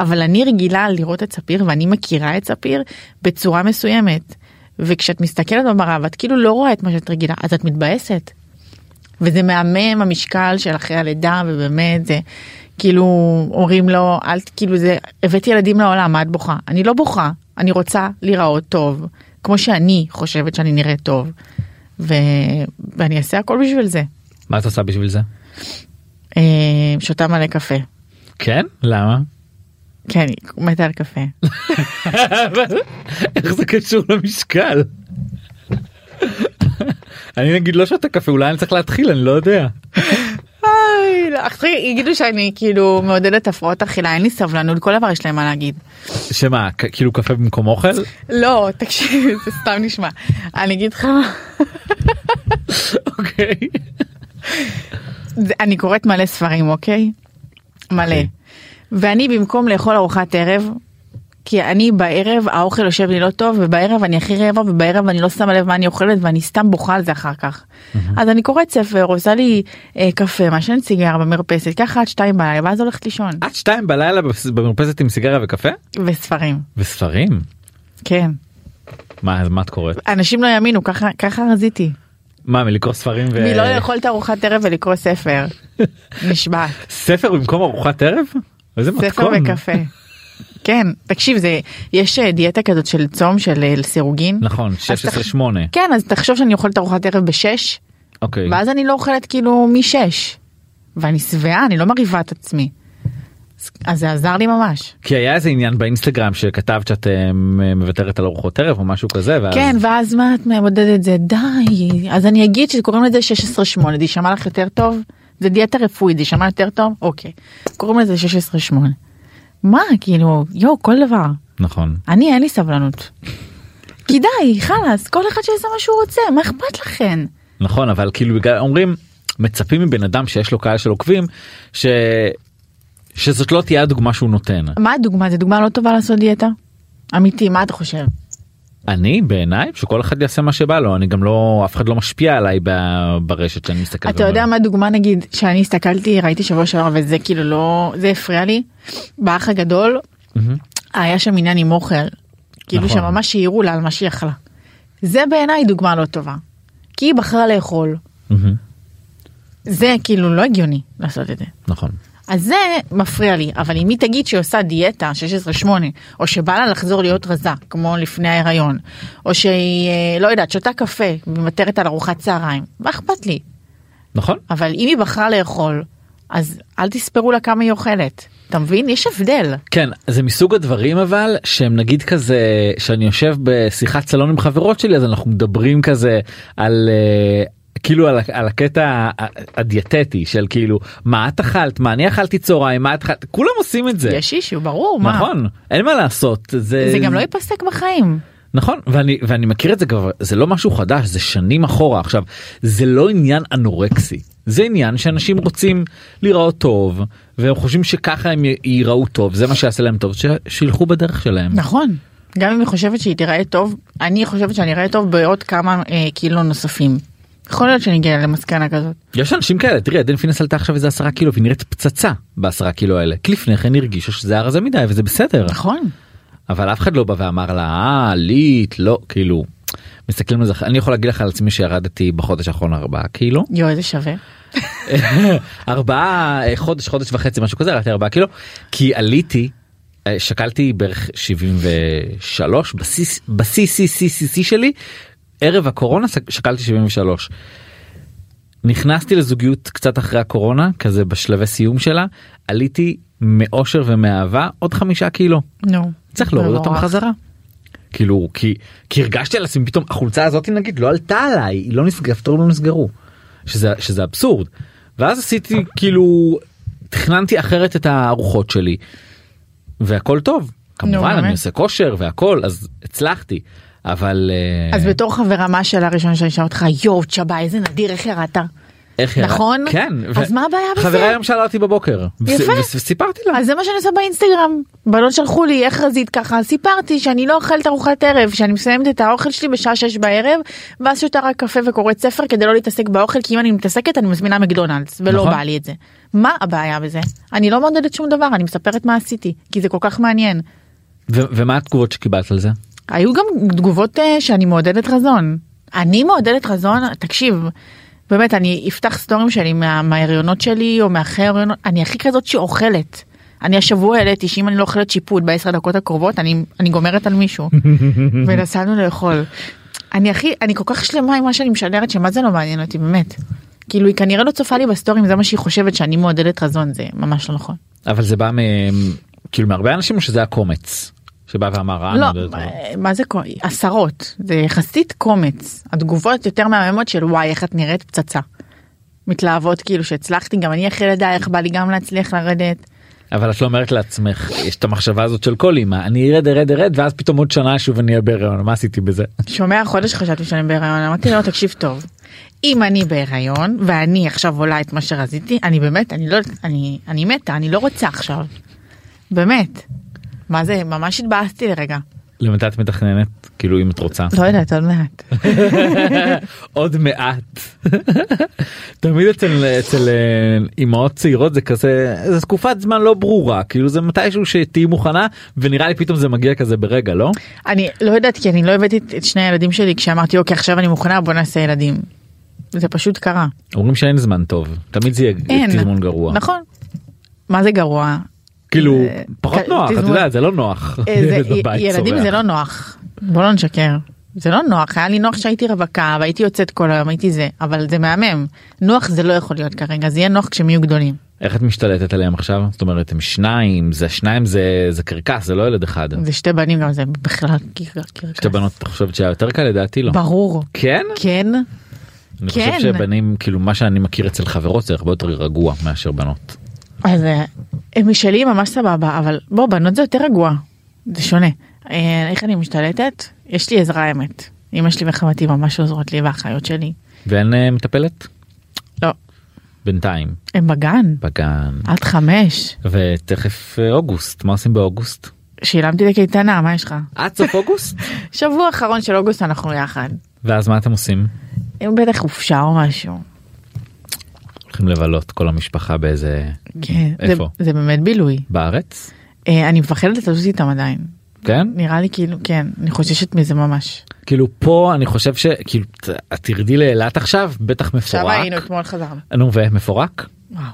אבל אני רגילה לראות את ספיר ואני מכירה את ספיר בצורה מסוימת. וכשאת מסתכלת במראה ואת כאילו לא רואה את מה שאת רגילה אז את מתבאסת. וזה מהמם המשקל של אחרי הלידה ובאמת זה כאילו אומרים לו אל ת- כאילו זה הבאתי ילדים לעולם מה את בוכה אני לא בוכה אני רוצה להיראות טוב כמו שאני חושבת שאני נראית טוב ו... ואני אעשה הכל בשביל זה
מה את עושה בשביל זה
אה, שותה מלא קפה
כן למה
כן אני מתה על קפה
איך זה קשור למשקל. אני נגיד לא שותה קפה אולי אני צריך להתחיל אני לא יודע.
אוי, לא, אחרי יגידו שאני כאילו מעודדת הפרעות אכילה אין לי סבלנות כל דבר יש להם מה להגיד.
שמה כ- כאילו קפה במקום אוכל
לא תקשיב זה סתם נשמע אני אגיד לך מה.
אוקיי.
זה- אני קוראת מלא ספרים אוקיי מלא
אוקיי.
ואני במקום לאכול ארוחת ערב. כי אני בערב האוכל יושב לי לא טוב ובערב אני הכי רעבה ובערב אני לא שמה לב מה אני אוכלת ואני סתם בוכה על זה אחר כך. אז אני קוראת ספר עושה לי אה, קפה מעשן סיגר במרפסת ככה עד שתיים בלילה ואז הולכת לישון
עד שתיים בלילה בס- במרפסת עם סיגריה וקפה
וספרים
וספרים
כן
מה אז מה את קוראת
אנשים לא יאמינו ככה ככה רזיתי
מה מלקרוא ספרים ו...
מלא לאכול את ארוחת ערב ולקרוא ספר נשבעת.
ספר במקום ארוחת ערב איזה
ספר
מתכון
וקפה. כן, תקשיב, זה, יש אה, דיאטה כזאת של צום, של אה, סירוגין.
נכון
אז תח-
16 8
כן, אז תחשוב שאני אוכלת ארוחת ערב בשש,
אוקיי
ואז אני לא אוכלת כאילו משש. ואני שבעה, אני לא מרעיבה את עצמי. אז- אז זה עזר לי ממש.
כי היה איזה עניין באינסטגרם שכתבת שאת אה, מוותרת על ארוחות ערב או משהו כזה ואז
כן, ואז מה את מעודדת את זה? די. אז אני אגיד שקוראים לזה 16-8, זה יישמע לך יותר טוב? זה דיאטה רפואית, זה יישמע יותר טוב? אוקיי. קוראים לזה 16-8. מה, כאילו, יואו, כל דבר.
נכון
אני אין לי סבלנות. כי די, חלאס, כל אחד שיעשה מה שהוא רוצה, מה אכפת לכן?
נכון אבל כאילו בגלל אומרים מצפים מבן אדם שיש לו קהל של עוקבים ש... שזאת לא תהיה הדוגמה שהוא נותן
מה הדוגמה? זו דוגמה לא טובה לעשות דיאטה? אמיתי, מה אתה חושב?
אני בעיניי שכל אחד יעשה מה שבא לו אני גם לא אף אחד לא משפיע עליי ב- ברשת שאני מסתכל.
אתה יודע מה דוגמה נגיד שאני הסתכלתי ראיתי שבוע שעבר וזה כאילו לא זה הפריע לי באח הגדול היה שם עניין עם אוכל כאילו
נכון.
שממש העירו לה על מה שהיא אכלה. זה בעיניי דוגמה לא טובה כי היא בחרה לאכול
מה.
זה כאילו לא הגיוני לעשות את זה.
נכון.
אז זה מפריע לי אבל אם היא תגיד שהיא עושה דיאטה 16-8 או שבא לה לחזור להיות רזה כמו לפני ההיריון או שהיא אה, לא יודעת שותה קפה ומוותרת על ארוחת צהריים מה אכפת לי
נכון.
אבל אם היא בחרה לאכול, אז אל תספרו לה כמה היא אוכלת. אתה מבין? יש הבדל.
כן זה מסוג הדברים אבל שהם נגיד כזה שאני יושב בשיחת סלון עם חברות שלי אז אנחנו מדברים כזה על. אה, כאילו על, ה- על הקטע ה- הדיאטטי של כאילו מה את אכלת מה אני אכלתי צהריים מה את אכלת כולם עושים את זה
יש אישיו, ברור, מה?
כן. נכון אין מה לעשות זה
זה גם לא ייפסק בחיים.
נכון ואני ואני מכיר את זה כבר זה לא משהו חדש זה שנים אחורה עכשיו זה לא עניין אנורקסי זה עניין שאנשים רוצים להיראות טוב והם חושבים שככה הם י- ייראו טוב זה מה שיעשה להם טוב ש- שילכו בדרך שלהם
נכון. גם אם היא חושבת שהיא תיראה טוב, אני חושבת שאני אראה טוב בעוד כמה אה, קילו נוספים. יכול להיות שנגיע למסקנה כזאת.
יש אנשים כאלה תראי עדן פינס עלתה עכשיו איזה עשרה קילו והיא נראית פצצה בעשרה קילו האלה כי לפני כן היא הרגישה שזה היה רזה מדי וזה בסדר
נכון.
אבל אף אחד לא בא ואמר לה אה ליט לא כאילו מסתכלים על זה אני יכול להגיד לך על עצמי שירדתי בחודש האחרון ארבעה קילו.
יואו, איזה שווה.
ארבעה אה, חודש חודש וחצי משהו כזה הלכתי ארבעה קילו כי עליתי אה, שקלתי בערך 73 בסיס בסיס סי סי סי סי שלי ערב הקורונה ש- שקלתי 73. נכנסתי לזוגיות קצת אחרי הקורונה כזה בשלבי סיום שלה עליתי מאושר ומאהבה עוד חמישה קילו
נו. לא
צריך להוריד אותם
מבורך.
חזרה. כאילו כי כי הרגשתי על עצמי פתאום החולצה הזאת נגיד לא עלתה עליי היא לא נסגרה הפטורים לא נסגרו שזה שזה אבסורד. ואז עשיתי כאילו תכננתי אחרת את הארוחות שלי. והכל טוב כמובן
באמת.
אני עושה כושר והכל אז הצלחתי אבל אה,
אז בתור חברה, מה השאלה הראשונה שאני אשאל אותך? יואו, צ'אבה, איזה נדיר, איך ירדת?
איך ירד-
נכון?
כן
אז מה הבעיה בזה?
חברה היום שאלה אותי בבוקר
יפה.
וס- וס- וסיפרתי לה
אז זה מה שאני עושה באינסטגרם. בנות שלחו לי איך רזית ככה, אז סיפרתי שאני לא אוכלת ארוחת ערב, שאני מסיימת את האוכל שלי בשעה 6 בערב, ואז שותה רק קפה וקוראת ספר כדי לא להתעסק באוכל, כי אם אני מתעסקת אני מזמינה מקדונלדס, ולא
נכון.
בא לי את זה. מה הבעיה בזה? אני לא מעודדת שום דבר, אני מספרת מה עשיתי, כי זה כל כך מעניין.
ו- ומה התגובות שקיבלת על זה
היו גם תגובות אה, שאני מעודדת רזון. אני מעודדת רזון, תקשיב, באמת, אני אפתח סטורים שלי מה, מההריונות שלי או מאחרי ההריונות, אני הכי כזאת שאוכלת. אני השבוע העליתי שאם אני לא אוכלת שיפוט בעשר דקות הקרובות, אני, אני גומרת על מישהו. ונסענו לאכול. אני הכי, אני כל כך שלמה עם מה שאני משדרת, שמה זה לא מעניין אותי, באמת. כאילו, היא כנראה לא צופה לי בסטורים, זה מה שהיא חושבת שאני מעודדת רזון, זה ממש לא נכון.
אבל זה בא מ... כאילו מהרבה אנשים או שזה הקומץ שבא ואמר "אה,
לא,
אני יודעת."
מה זה קומץ? עשרות, זה יחסית קומץ. התגובות יותר מהממות של וואי איך את נראית פצצה. מתלהבות כאילו שהצלחתי, גם אני אחרי לידה, איך בא לי גם להצליח לרדת.
אבל את לא אומרת לעצמך יש את המחשבה הזאת של כל אמא אני ארד ארד ארד ואז פתאום עוד שנה שוב אני אהיה בהריון מה עשיתי בזה
שומע חודש חשבתי שאני בהיריון, אמרתי לו תקשיב טוב, אם אני בהיריון ואני עכשיו עולה את מה שרזיתי, אני באמת, אני לא, אני, אני מתה, אני לא רוצה עכשיו. באמת. מה זה, ממש התבאסתי לרגע.
למתי את מתכננת כאילו אם את רוצה
לא יודעת, עוד מעט.
עוד מעט תמיד אצל אצל אה, אמהות צעירות זה כזה זה תקופת זמן לא ברורה כאילו זה מתישהו שתהיי מוכנה ונראה לי פתאום זה מגיע כזה ברגע לא
אני לא יודעת כי אני לא הבאתי את- את שני הילדים שלי כשאמרתי אוקיי עכשיו אני מוכנה בוא נעשה ילדים. זה פשוט קרה.
אומרים שאין זמן טוב תמיד זה יהיה
אין.
תזמון גרוע
נכון. מה זה גרוע?
כאילו
אה,
פחות
כ-
נוח את
תזמון-
יודעת זה לא נוח
אה, זה-
ילד בבית
ילדים
צורח.
זה לא נוח. בוא לא נשקר. זה לא נוח, היה לי נוח שהייתי רווקה והייתי יוצאת כל היום, הייתי זה, אבל זה מהמם. נוח זה לא יכול להיות כרגע, זה יהיה נוח כשהם יהיו גדולים.
איך את משתלטת עליהם עכשיו? זאת אומרת הם שניים, זה שניים זה זה קרקס, זה לא ילד אחד.
זה שתי בנים גם זה בכלל קיר- קרקס.
שתי בנות את חושבת שהיה יותר קל? לדעתי לא.
ברור.
כן?
כן?
אני
כן.
חושב שבנים, כאילו מה שאני מכיר אצל חברות זה הרבה יותר רגוע מאשר בנות.
אז אה, הם משלי ממש סבבה, אבל בוא, בנות זה יותר רגוע. זה שונה. אה, איך אני משתלטת? יש לי עזרה האמת. אמא שלי וחמתי ממש עוזרות לי והאחיות שלי.
ואין אה, מטפלת?
לא,
בינתיים.
הם בגן.
בגן.
עד חמש.
ותכף אה, אוגוסט, מה עושים באוגוסט?
שילמתי לקייטנה, מה יש לך?
עד סוף אוגוסט?
שבוע אחרון של אוגוסט אנחנו יחד.
ואז מה אתם עושים?
הם בטח חופשה או משהו.
הולכים לבלות כל המשפחה באיזה...
כן. זה-
איפה?
זה באמת בילוי.
בארץ?
אה, אני מפחדת לטוס איתם עדיין.
כן?
נראה לי כאילו, כן, אני חוששת מזה ממש.
כאילו פה אני חושב שכאילו ת- את תרדי לאילת עכשיו בטח
עכשיו
מפורק.
היינו, אתמול חזרנו.
נו ומפורק?
וואו.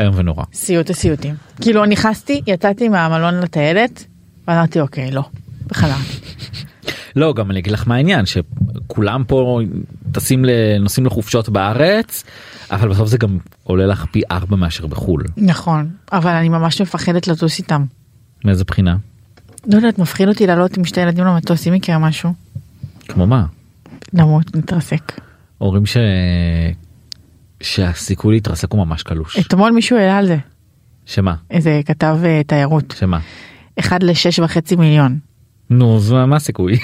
איום ונורא.
סיוט הסיוטים. כאילו נכנסתי, יצאתי מהמלון לטיילת, ואמרתי אוקיי, לא. בחלל.
לא גם אני אגיד לך מה העניין שכולם פה טסים ל- נוסעים לחופשות בארץ אבל בסוף זה גם עולה לך פי ארבע מאשר בחול.
נכון, אבל אני ממש מפחדת לטוס איתם.
מאיזה בחינה?
לא יודעת, מפחיד אותי לעלות עם שתי ילדים למטוס, אם יקרה משהו.
כמו מה?
למות, נתרסק.
אומרים ש... שהסיכוי להתרסק הוא ממש קלוש.
אתמול מישהו העלה על זה,
שמה?
איזה כתב אה, תיירות.
שמה?
אחד לשש וחצי מיליון.
נו אז מה- מה הסיכוי?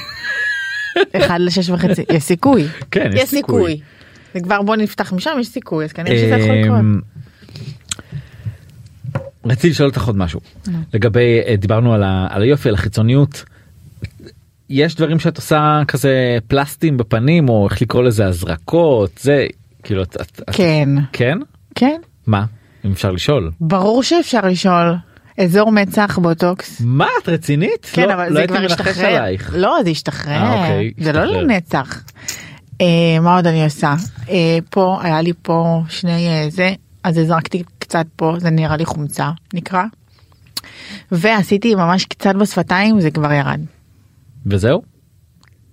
אחד לשש וחצי, יש סיכוי.
כן, יש סיכוי.
זה כבר בוא נפתח משם, יש סיכוי, אז כנראה שזה יכול לקרות.
אמ, רציתי לשאול אותך עוד משהו לגבי אה, דיברנו על ה- על היופי על החיצוניות. יש דברים שאת עושה כזה פלסטים בפנים או איך לקרוא לזה הזרקות זה כאילו את את- את-
כן,
כן
כן,
מה אם אפשר לשאול
ברור שאפשר לשאול. אזור מצח בוטוקס.
מה את רצינית
כן,
לא-
אבל
לא
זה
הייתי
כבר
מנחש
השתחרר.
עלייך.
לא, זה השתחרר.
אה, אוקיי,
זה לא
השתחרר.
לנצח. אה, מה עוד אני עושה? אה, פה, היה לי פה שני אה, זה, אז הזרקתי קצת פה, זה נראה לי חומצה, נקרא. ועשיתי ממש קצת בשפתיים, זה כבר ירד.
וזהו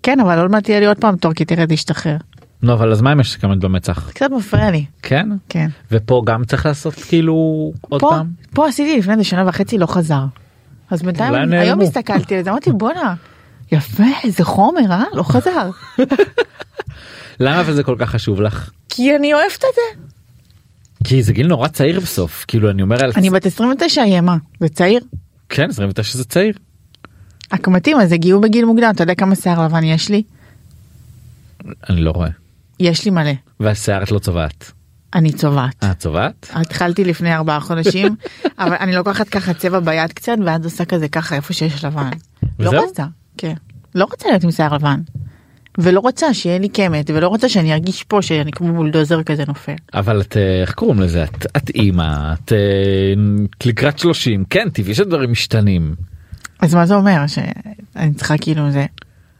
כן, אבל עוד מעט יהיה לי עוד פעם תור, כי תראה, זה השתחרר.
נו אבל אז מה אם יש שקמת במצח
זה קצת מפריע לי,
כן
כן.
ופה גם צריך לעשות כאילו עוד
פה,
פעם
פה עשיתי לפני איזה שנה וחצי, לא חזר. אז בינתיים,
אולי
אני-
נעלמו.
היום הסתכלתי על זה, אמרתי, בואנה, יפה, איזה חומר, אה? לא חזר.
למה וזה כל כך חשוב לך
כי אני אוהבת את זה.
כי זה גיל נורא צעיר בסוף כאילו אני אומר על
אני בת 29 יהיה מה? זה צעיר.
כן 29 זה צעיר
הקמטים אז הגיעו בגיל מוקדם, אתה יודע כמה שיער לבן יש לי?
אני לא רואה
יש לי מלא.
והשיער את לא צובעת.
אני צובעת.
אה את צובעת?
התחלתי לפני ארבעה חודשים, אבל אני לוקחת ככה צבע ביד קצת, ואז עושה כזה ככה איפה שיש לבן. לא
וזהו?
רוצה, כן. לא רוצה להיות עם שיער לבן. ולא רוצה שיהיה לי קמת, ולא רוצה שאני ארגיש פה שאני כמו בולדוזר כזה נופל.
אבל את אה, איך קוראים לזה את את אימא את אה, לקראת 30 כן טבעי שדברים משתנים.
אז מה זה אומר? שאני צריכה כאילו זה.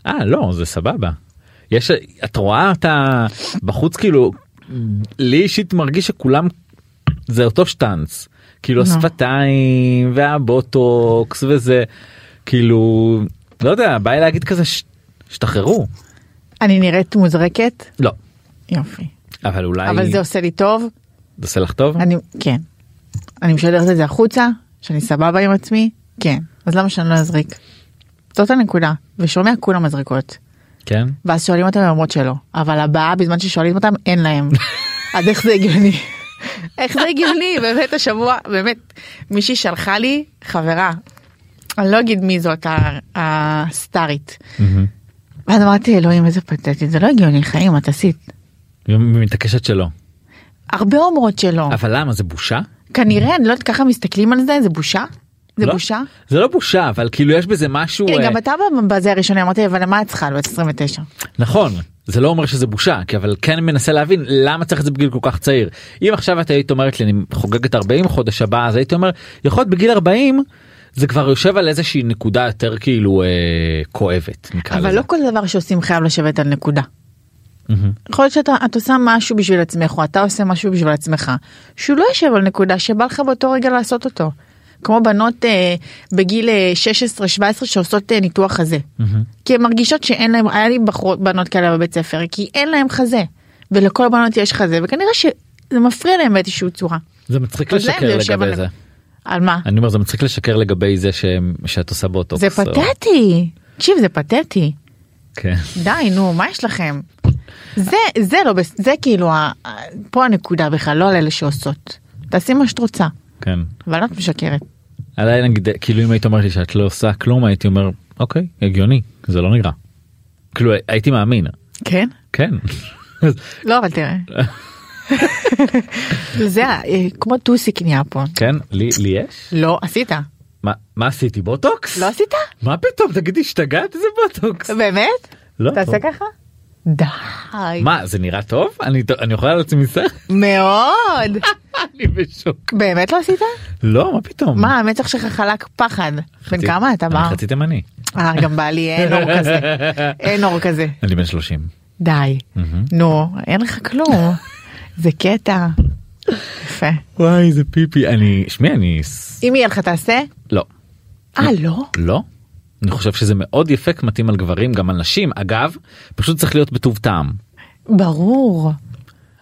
אה לא זה סבבה. יש את רואה אתה בחוץ כאילו לי אישית מרגיש שכולם זה אותו שטאנץ כאילו
לא.
השפתיים והבוטוקס וזה כאילו לא יודע בא לי להגיד כזה "ש- שתחררו
אני נראית מוזרקת?
לא
יופי.
אבל אולי
אבל זה עושה לי טוב,
זה עושה לך טוב
אני כן. אני משדרת את זה החוצה שאני סבבה עם עצמי כן אז למה שאני לא אזריק. זאת הנקודה ושומע כולם מזריקות
כן
ואז שואלים אותם הם אומרות שלא אבל הבאה בזמן ששואלים אותם אין להם אז איך זה הגיוני. איך זה הגיוני באמת השבוע באמת מישהי שלחה לי חברה. אני לא אגיד מי זאת ה- הסטארית.
מהמם.
ואז אמרתי אלוהים איזה פתטית זה לא הגיוני חיים את עשית.
היא מתעקשת שלא
הרבה אומרות שלא
אבל למה זה בושה?
כנראה אני לא יודעת ככה מסתכלים על זה זה בושה. זה
לא?
בושה?
זה לא בושה אבל כאילו יש בזה משהו
כן,
אה,
גם אתה בזה הראשוני אמרתי, אבל למה את צריכה על בת 29?
נכון זה לא אומר שזה בושה כי אבל כן מנסה להבין למה צריך את זה בגיל כל כך צעיר אם עכשיו את היית אומרת לי אני חוגגת 40 חודש הבא אז הייתי אומר יכול להיות בגיל 40 זה כבר יושב על איזושהי נקודה יותר כאילו אה, כואבת נקרא
אבל
לזה.
לא כל דבר שעושים חייב לשבת על נקודה.
מהמם.
יכול להיות שאתה את עושה משהו בשביל עצמך, או אתה עושה משהו בשביל עצמך, שהוא לא יושב על נקודה שבא לך באותו רגע לעשות אותו. כמו בנות אה, בגיל אה, 16-17 שעושות אה, ניתוח חזה. כי הן מרגישות שאין להם, היה לי בחורות, בנות כאלה בבית ספר, כי אין להם חזה. ולכל הבנות יש חזה, וכנראה שזה מפריע להם באיזושהי צורה.
זה מצחיק
אז להם זה
לשקר
יושב
לגבי
עליהם.
זה.
על מה?
אני לא אומר זה מצחיק לשקר לגבי זה שהם- שאת עושה באוטוקס.
זה
או-
פתטי. תקשיב, זה פתטי.
כן.
די, נו, מה יש לכם? זה, זה לא, בס- זה כאילו, ה- ה- פה הנקודה בכלל, לא על אלה שעושות. תעשי מה שאת רוצה,
כן.
אבל את משקרת.
עליי נגיד כאילו אם היית אומרת לי שאת לא עושה כלום הייתי אומר אוקיי הגיוני זה לא נראה. כאילו הייתי מאמין.
כן?
כן.
לא, אבל תראה. זה ה- אה, כמו טוסיק נהיה פה.
כן לי לי יש.
לא, עשית.
מה מה עשיתי בוטוקס?
לא עשית?
מה פתאום תגידי השתגעת איזה בוטוקס.
באמת?
לא.
תעשה ככה? די.
מה זה נראה טוב אני אני אוכל על עצמי סך
מאוד.
אני בשוק
באמת לא עשית?
לא מה פתאום
מה, המצח שלך חלק פחד. בן
חצי-
כמה אתה בר?
אני חצי תימני
אה, גם בא לי, אין אור כזה. אין אור כזה.
אני בן 30
די. נו, אין לך כלום. זה קטע. יפה.
וואי זה פיפי אני שמי אני ס-
אם יהיה לך תעשה?
לא
אה, לא?
לא. אני חושב שזה מאוד יפה מתאים על גברים גם על נשים אגב פשוט צריך להיות בטוב טעם.
ברור.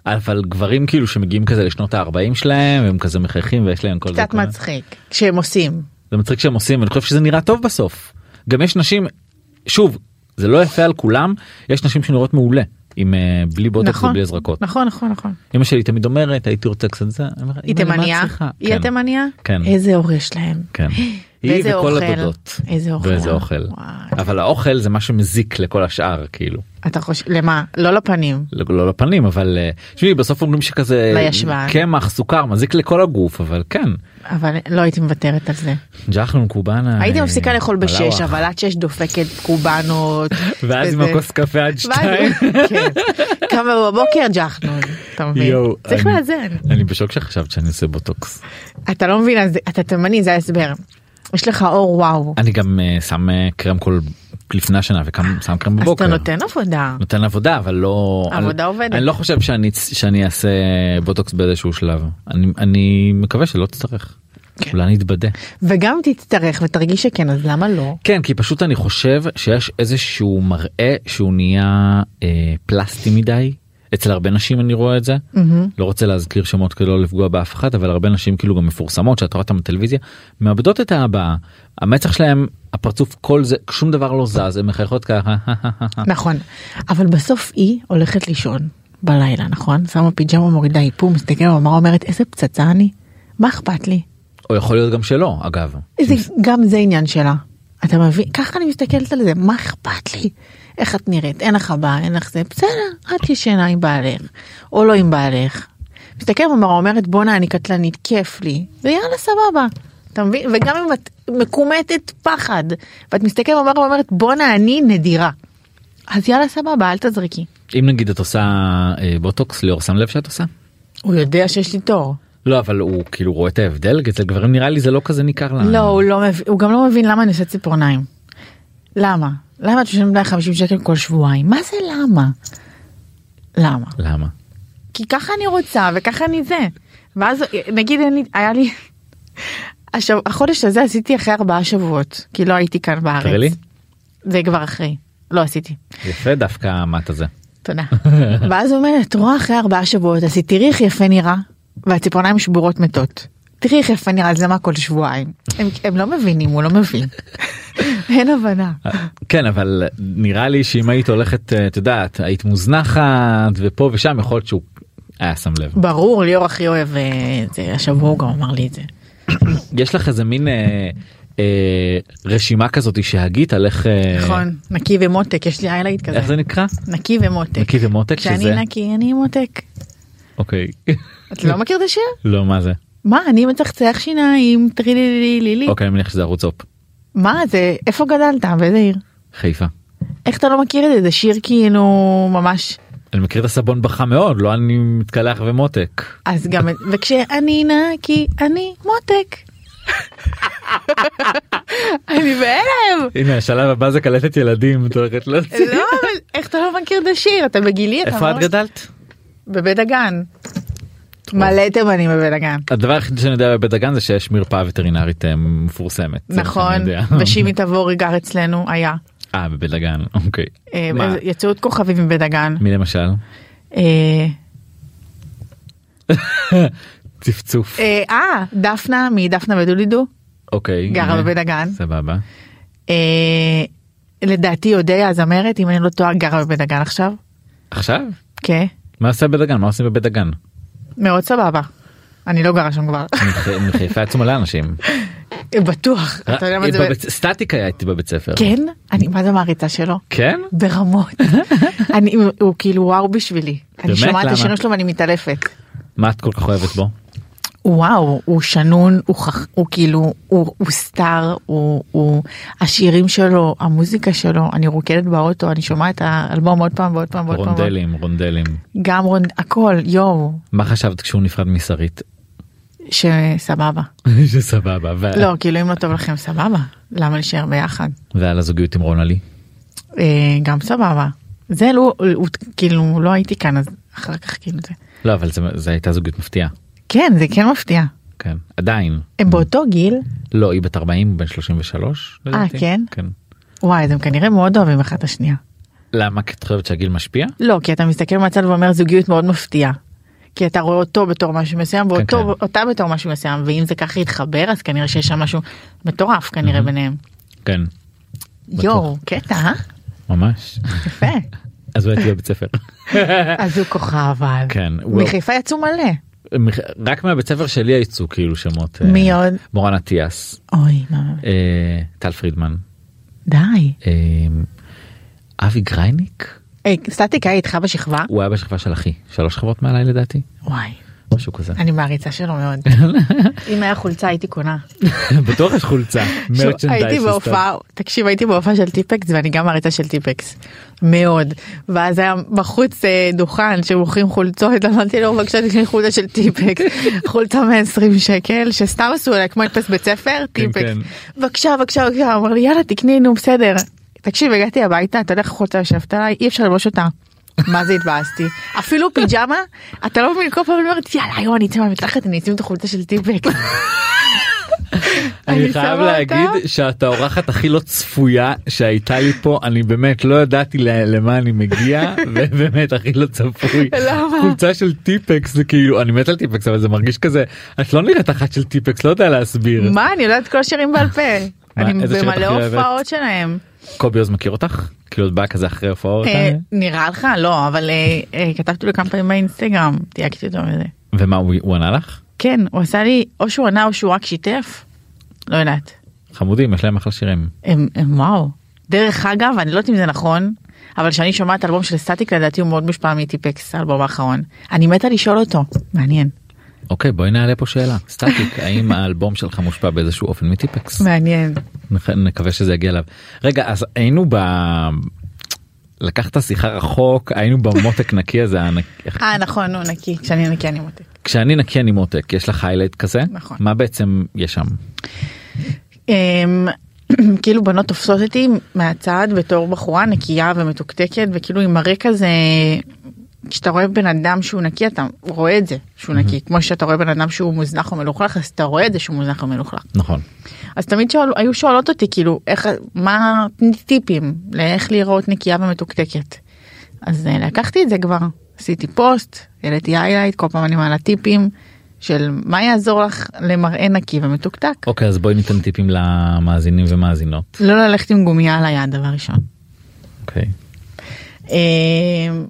אבל גברים כאילו שמגיעים כזה לשנות ה-40 שלהם הם כזה מחייכים ויש להם כל זה.
קצת
כל זה.
מצחיק. כשהם עושים.
זה מצחיק שהם עושים ואני חושב שזה נראה טוב בסוף. גם יש נשים שוב זה לא יפה על כולם יש נשים שנראות מעולה עם אה, בלי בוטוקס
נכון.
ובלי הזרקות.
נכון, נכון, נכון.
אמא שלי תמיד אומרת הייתי רוצה קצת זה. אני אומר,
היא
"אמא, למה את
תימניה?
צריכה?"
היא
כן,
התימניה?
כן.
איזה אור יש להם.
כן. היא
ואיזה
וכל
אוכל.
הדודות.
איזה אוכל.
ואיזה אוכל.
וואי.
אבל האוכל זה מה שמזיק לכל השאר כאילו.
אתה חושב, למה? לא לפנים.
לא לא לפנים אבל אה, תשמעי בסוף אומרים שכזה
לישבן.
קמח סוכר מזיק לכל הגוף אבל כן
אבל לא הייתי מוותרת על זה.
ג'חנון קובאנה
הייתי
אה,
מפסיקה לאכול בשש,
מלאווח.
אבל עד שש דופקת קובנות.
ואז עם
וזה.
הכוס קפה עד
ואז-
שתיים
כן. קמה בבוקר ג'חנון, אתה מבין?
יואו,
צריך
אני-
לאזן.
אני בשוק שחשבת שאני עושה בוטוקס
אתה לא מבין, אז אתה תימני, זה ההסבר. יש לך אור וואו.
אני גם אה, שם אה, קרם כל לפני השנה וקם שם קרם
אה, אז
בבוקר
אתה נותן עבודה.
נותן עבודה אבל לא
עבודה
אני,
עובדת.
אני לא חושב שאני שאני אעשה בוטוקס באיזשהו שלב אני אני מקווה שלא תצטרך.
כן.
אולי אני אתבדה.
וגם אם תצטרך ותרגיש שכן, אז למה לא?
כן כי פשוט אני חושב שיש איזשהו מראה שהוא נהיה אה, פלסטי מדי אצל הרבה נשים אני רואה את זה לא רוצה להזכיר שמות כדי לא לפגוע באף אחת אבל הרבה נשים כאילו גם מפורסמות שאת רואה אותן בטלוויזיה מאבדות את הבעה המצח שלהם הפרצוף כל זה שום דבר לא זז הם מחייכות ככה
נכון. אבל בסוף היא הולכת לישון בלילה, נכון? שמה פיג'מה, מורידה איפור, מסתכלת במראה, אומרת, איזה פצצה אני? מה אכפת לי?
או יכול להיות גם שלא אגב.
זה, גם זה עניין שלה. אתה מבין? ככה אני מסתכלת על זה, מה אכפת לי? איך את נראית? אין לך בעיה, אין לך זה. בסדר, את ישנה עם בעלך, או לא עם בעלך. מסתכלת במראה, אומרת בואנה אני קטלנית, כיף לי, ויאללה סבבה. אתה מבין? וגם אם את מקומטת פחד, ואת מסתכלת במראה ואומרת בואנה אני נדירה. אז יאללה סבבה, אל תזרקי.
אם נגיד את עושה אה, בוטוקס ליאור שם לב שאת עושה?
הוא יודע שיש לי תור.
לא אבל הוא כאילו רואה את ההבדל כי אצל גברים נראה לי זה לא כזה ניכר לה.
לא, הוא, לא מבין, הוא גם לא מבין למה אני עושה ציפורניים. למה? למה את משלמת לה 50 שקל כל שבועיים? מה זה למה? למה?
למה?
כי ככה אני רוצה וככה אני זה. ואז נגיד אין לי, היה לי, השב, החודש הזה עשיתי אחרי ארבעה שבועות, כי לא הייתי כאן בארץ.
תראי לי.
זה כבר אחרי, לא עשיתי.
יפה דווקא המט הזה.
תודה. ואז הוא אומר, את רואה אחרי ארבעה שבועות, אז היא תראי איך יפה נראה, והציפורניים שבורות מתות. תראי איך יפה נראה, אז למה כל שבועיים? הם, הם לא מבינים, הוא לא מבין. אין הבנה.
כן אבל נראה לי שאם היית הולכת אה, את יודעת היית מוזנחת ופה ושם יכול להיות שהוא היה שם לב.
ברור, ליאור הכי אוהב אה, את זה, השבוע הוא גם אמר לי את זה.
יש לך איזה מין אה, אה, רשימה כזאת שהגית על איך אה,
נכון, נקי ומותק, יש לי איילייט
איך
כזה.
זה נקרא?
נקי ומותק.
נקי ומותק שזה?
כשאני נקי, אני מותק.
אוקיי.
אתה לא מכיר את השיר?
לא מה זה?
מה, אני מצחצח שיניים, טרי לי לי לי לי.
אוקיי אני מניח שזה ערוץ הופ.
מה זה, איפה גדלת? באיזה עיר?
חיפה.
איך אתה לא מכיר את זה? זה שיר כאילו ממש
אני מכיר את הסבון בחם מאוד לא אני מתקלח ומותק.
אז גם וכשאני נקי אני מותק. אני בהלם.
הנה השלב הבא זה קלטת ילדים את הולכת להוציא.
לא, אבל איך אתה לא מכיר את השיר? אתה בגילי, אתה
איפה את
ממש-
גדלת?
בבית דגן. מלא תימנים בבית דגן.
הדבר היחיד שאני יודע בבית דגן זה שיש מרפאה וטרינרית אה, מפורסמת. זה מה
נכון,
שאני יודע.
ושימי תבורי גר אצלנו, היה.
אה, בבית דגן, אוקיי.
אה,
מה?
יצאו עוד כוכבים מבית דגן.
מי למשל?
אה,
צפצוף.
אה, אה, דפנה מדפנה ודולידו,
אוקיי.
גרה
הנה.
בבית דגן.
סבבה.
אה, לדעתי אודיה הזמרת, אם אני לא טועה, גרה בבית דגן עכשיו.
עכשיו?
כן,
מה עושה בבית דגן? מה עושים בבית דגן?
מאוד סבבה. אני לא גרה שם כבר.
מח- מחיפה יצאו מלא אנשים.
בטוח, אתה יודע מה זה...
אה, בבית- סטטיק היה איתי בבית ספר.
כן? אני מה זה מעריצה שלו?
כן?
ברמות. אני, הוא כאילו וואו בשבילי. אני
באמת?
שומעת את
למה?
השירים שלו ואני מתעלפת.
מה את כל כך אוהבת בו?
וואו, הוא שנון, הוא, חכ... הוא כאילו, הוא, הוא סטאר, הוא, הוא, השירים שלו, המוזיקה שלו, אני רוקדת באוטו, אני שומעת את האלבום עוד פעם ועוד פעם ועוד פעם. ועוד-
רונדלים, רונדלים.
גם רונד... הכל, יואו,
מה חשבת כשהוא נפרד משרית?
שסבבה.
שסבבה. ו-
לא, כאילו אם לא טוב לכם, סבבה, למה להישאר ביחד?
ועל הזוגיות עם רון עלי?
אה, גם סבבה. זה לא, הוא, כאילו, לא הייתי כאן, אז אחר כך כאילו זה.
לא, אבל זה- זה הייתה זוגיות מפתיעה.
כן, זה כן מפתיע.
כן. עדיין.
הם באותו גיל,
לא, היא בת 40, בן 33. לדעתי.
כן?
כן.
וואי, אז הם כנראה מאוד אוהבים אחד את השנייה.
למה? כי את חושבת שהגיל משפיע?
לא, כי אתה מסתכל מהצד ואומר זוגיות מאוד מפתיעה. כי אתה רואה אותו בתור משהו מסוים ואותו
כן.
אותה בתור משהו מסוים ואם זה ככה יתחבר אז כנראה שיש שם משהו מטורף
Mm-hmm.
כנראה ביניהם.
כן.
יואו קטע אה?
ממש.
יפה
אז הוא הייתי בבית ספר.
אז הוא כוכב אבל
כן. הוא-
מחיפה יצאו מלא
מח- רק מהבית ספר שלי יצאו כאילו שמות. אה,
מי עוד
מורן אטיאס,
אוי מה-
אה, טל פרידמן,
די
אה, אבי גרייניק,
היי, סטטיק היה איתך בשכבה
הוא היה בשכבה של אחי, שלוש שכבות מעליי לדעתי,
וואי
משהו כזה.
אני מעריצה שלו מאוד אם היה חולצה הייתי קונה
בטוח יש חולצה.
שוב,
merchandise
הייתי
וסתם.
בהופעה, תקשיב, הייתי בהופעה של טיפקס ואני גם מעריצה של טיפקס, מאוד. ואז היה בחוץ אה, דוכן שמוכרים חולצות, אמרתי לו בבקשה תקני חולצה של טיפקס, חולצה 120 שקל, שסתם עשו עליה כמו הדפס בית ספר, טיפקס.
כן.
בבקשה, בבקשה, בבקשה, אמר לי יאללה תקני, נו בסדר. תקשיב, הגעתי הביתה, אתה יודע איך החולצה יושבת עליי, אי אפשר לבוש אותה. מה זה התבאסתי אפילו פיג'מה אתה לא מבין כל פעם אני אומרת יאללה היום אני אצא מהמקלחת אני אצא עם את החולצה של טיפקס.
אני
אני
חייב
שמה
להגיד
אותה.
שאת האורחת הכי לא צפויה שהייתה לי פה אני באמת לא ידעתי ל- למה אני מגיע ובאמת הכי לא צפוי.
למה?
חולצה של טיפקס זה כאילו אני מת על טיפקס אבל זה מרגיש כזה את לא נראית אחת של טיפקס לא יודע להסביר.
מה אני יודעת כל השירים בעל פה. אני
איזה שיר את הכי
במלא
אוהבת?
הופעות שלהם.
קובי עוז מכיר אותך? כאילו את באה כזה אחרי הופעות?
אה, נראה לך לא אבל אה, אה, כתבתי לו כמה פעמים באינסטגרם דייקתי אותו מזה.
ומה הוא הוא ענה לך?
כן הוא עשה לי או שהוא ענה או שהוא רק שיתף. לא יודעת.
חמודים יש להם אחלה שירים.
הם הם וואו. דרך אגב אני לא יודעת אם זה נכון אבל כשאני שומעת אלבום של סטטיק לדעתי הוא מאוד מושפע מטיפקס האלבום האחרון. אני מתה לשאול אותו מעניין
אוקיי בואי נעלה פה שאלה סטטיק האם האלבום שלך מושפע באיזשהו אופן מטיפקס?
מעניין.
נכ- נקווה שזה יגיע אליו. רגע אז היינו ב... לקחת שיחה רחוק היינו במותק נקי הזה הענק...
אה נכון נו נקי כשאני נקי אני מותק.
כשאני נקי אני מותק יש לך highlight כזה
נכון.
מה בעצם יש שם
אמ, כאילו בנות תופסות אותי מהצד בתור בחורה נקייה ומתוקתקת וכאילו עם מראה כזה כשאתה רואה בן אדם שהוא נקי אתה רואה את זה שהוא נקי כמו שאתה רואה בן אדם שהוא מוזנח או מלוכלך אז אתה רואה את זה שהוא מוזנח או מלוכלך
נכון
אז תמיד שואל, היו שואלות אותי כאילו איך מה תני טיפים לאיך להיראות נקייה ומתוקתקת. אז אה, לקחתי את זה כבר עשיתי פוסט העליתי איילייט כל פעם אני מעלה טיפים של מה יעזור לך למראה נקי ומתוקתק.
אוקיי אז בואי ניתן טיפים למאזינים ומאזינות
לא ללכת עם גומייה על היד דבר ראשון.
אוקיי
אה,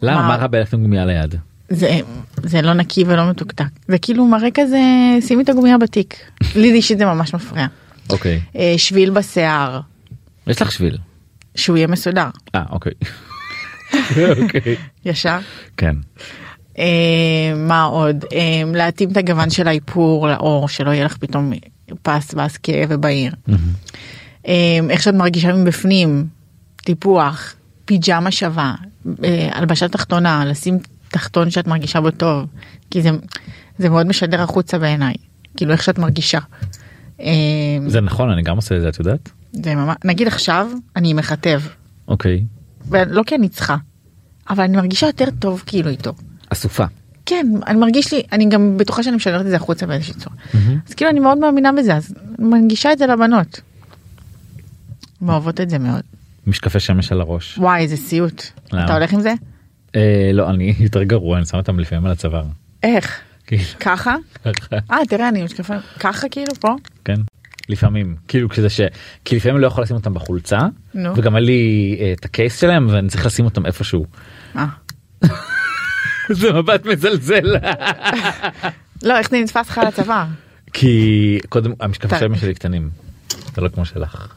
למה מה רע בלכת עם גומייה ליד
זה, זה לא נקי ולא מתוקתק זה כאילו מראה כזה שימי את הגומייה בתיק לי אישית זה ממש מפריע
אוקיי
אה, שביל בשיער
יש לך שביל
שהוא יהיה מסודר
אה אוקיי. אוקיי.
ישר
כן
אה, מה עוד אה, להתאים את הגוון של האיפור לאור שלא יהיה לך פתאום פס ואז כאב ובהיר אה, איך שאת מרגישה מבפנים טיפוח פיג'מה שווה אה, הלבשה תחתונה לשים תחתון שאת מרגישה בו טוב כי זה זה מאוד משדר החוצה בעיניי כאילו איך שאת מרגישה. אה,
זה נכון אני גם עושה את זה את יודעת
זה ממש נגיד עכשיו אני מחטב
אוקיי
ולא כי אני צריכה אבל אני מרגישה יותר טוב כאילו איתו
אסופה
כן, אני מרגיש לי, אני גם בטוחה שאני משדרת את זה החוצה באיזושהי צורה. אז כאילו אני מאוד מאמינה בזה, אז מנגישה את זה לבנות. מאוהבות את זה מאוד.
משקפי שמש על הראש.
וואי, איזה סיוט.
למה?
אתה הולך עם זה?
אה, לא, אני יותר גרוע, אני שם אותם לפעמים על הצוואר.
איך?
כאילו,
ככה?
ככה,
אה, תראה, אני משקפה, ככה כאילו פה?
כן. לפעמים כאילו כשזה ש... כי לפעמים אני לא יכול לשים אותם בחולצה
נו.
וגם היה לי אה, את הקייס שלהם ואני צריך לשים אותם איפשהו.
אה.
זה מבט מזלזל.
לא, איך זה נתפס לך על הצוואר?
כי קודם המשקפי
אתה-
שמש שלי קטנים. זה לא כמו שלך.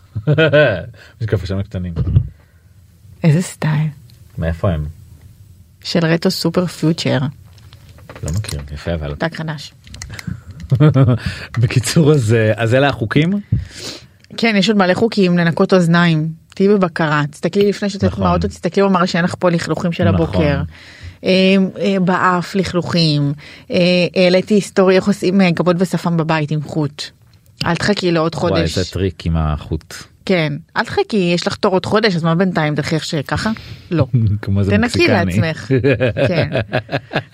משקפי שמש קטנים.
איזה סטייל.
מאיפה הם?
של רטו סופר פיוטשר.
לא מכיר. יפה אבל.
טאק חדש.
בקיצור אז אה, אז אלה החוקים.
כן, יש עוד מלא חוקים לנקות אוזניים. תהיי בבקרה, תסתכלי לפני שאת יוצאת
נכון.
מהאוטו, תסתכלי במראה שאין לך פה לכלוכים של
נכון.
הבוקר. אה, אה, באף לכלוכים. אה, העליתי היסטוריה איך עושים אה, גבות ושפם בבית עם חוט. אל תחכי לעוד
וואי
חודש.
איזה טריק עם החוט.
כן, אל תחכי, יש לך תור עוד חודש, אז מה בינתיים תלכי איך שככה? לא.
כמו איזה
תנקי
מקסיקני.
לעצמך. כן.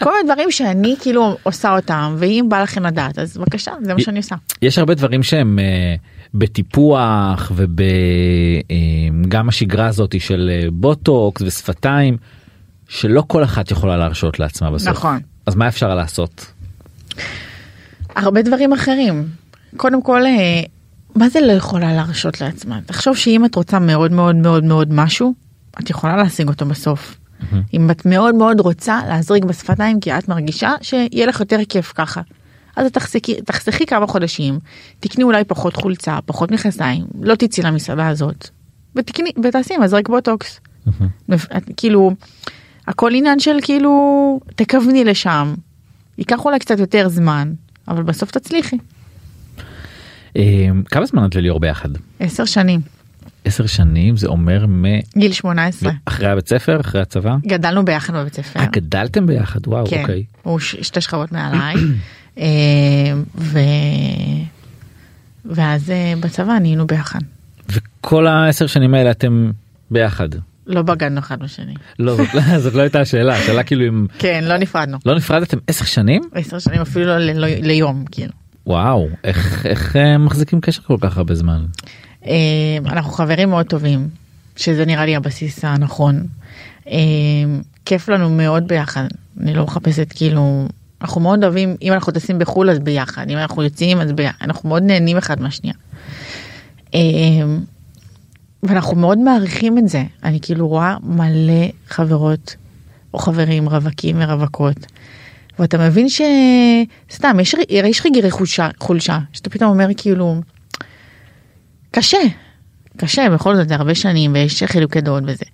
כל מיני דברים שאני כאילו עושה אותם, ואם בא לכם לדעת, אז בבקשה, זה מה שאני עושה.
יש הרבה דברים שהם אה, בטיפוח וגם השגרה הזאת של אה, בוטוקס ושפתיים שלא כל אחת יכולה להרשות לעצמה בסוף.
נכון.
אז מה אפשר לעשות?
הרבה דברים אחרים. קודם כל, אה, מה זה לא יכולה להרשות לעצמה? תחשוב שאם את רוצה מאוד מאוד מאוד מאוד משהו, את יכולה להשיג אותו בסוף. אם את מאוד מאוד רוצה להזריק בשפתיים כי את מרגישה שיהיה לך יותר כיף ככה. אז את תחסכי, תחסכי כמה חודשים, תקני אולי פחות חולצה, פחות מכנסיים, לא תצאי למסעדה הזאת. ותקני, ותעשי מזרק בוטוקס. את, כאילו, הכל עניין של כאילו, תכווני לשם. ייקח אולי קצת יותר זמן, אבל בסוף תצליחי.
אה, כמה זמן את לליאור ביחד?
עשר שנים,
עשר שנים זה אומר מ...
גיל 18.
אחרי הבית ספר אחרי הצבא?
גדלנו ביחד בבית ספר.
אה, גדלתם ביחד וואו
כן,
אוקיי.
הוא ש- שתי שכבות מעליי. אה, ו... ואז אה, בצבא נהיינו ביחד.
וכל העשר שנים האלה אתם ביחד.
לא בגדנו אחד בשני.
לא זאת, לא- זאת לא הייתה השאלה השאלה כאילו אם
כן, לא נפרדנו.
לא נפרדתם עשר שנים
עשר שנים אפילו לא ל- לא- ליום, כאילו.
וואו איך איך אה, מחזיקים קשר כל כך הרבה זמן.
אה, אנחנו חברים מאוד טובים, שזה נראה לי הבסיס הנכון. אה, כיף לנו מאוד ביחד, אני לא מחפשת כאילו, אנחנו מאוד אוהבים, אם אנחנו טסים בחו"ל אז ביחד, אם אנחנו יוצאים אז ביחד, אנחנו מאוד נהנים אחד מהשנייה. אה, ואנחנו מאוד מעריכים את זה, אני כאילו רואה מלא חברות או חברים רווקים ורווקות. ואתה מבין שסתם יש, ר- יש רגעי חולשה, חולשה שאתה פתאום אומר כאילו קשה, קשה, בכל זאת זה הרבה שנים ויש חילוקי דעות וזה.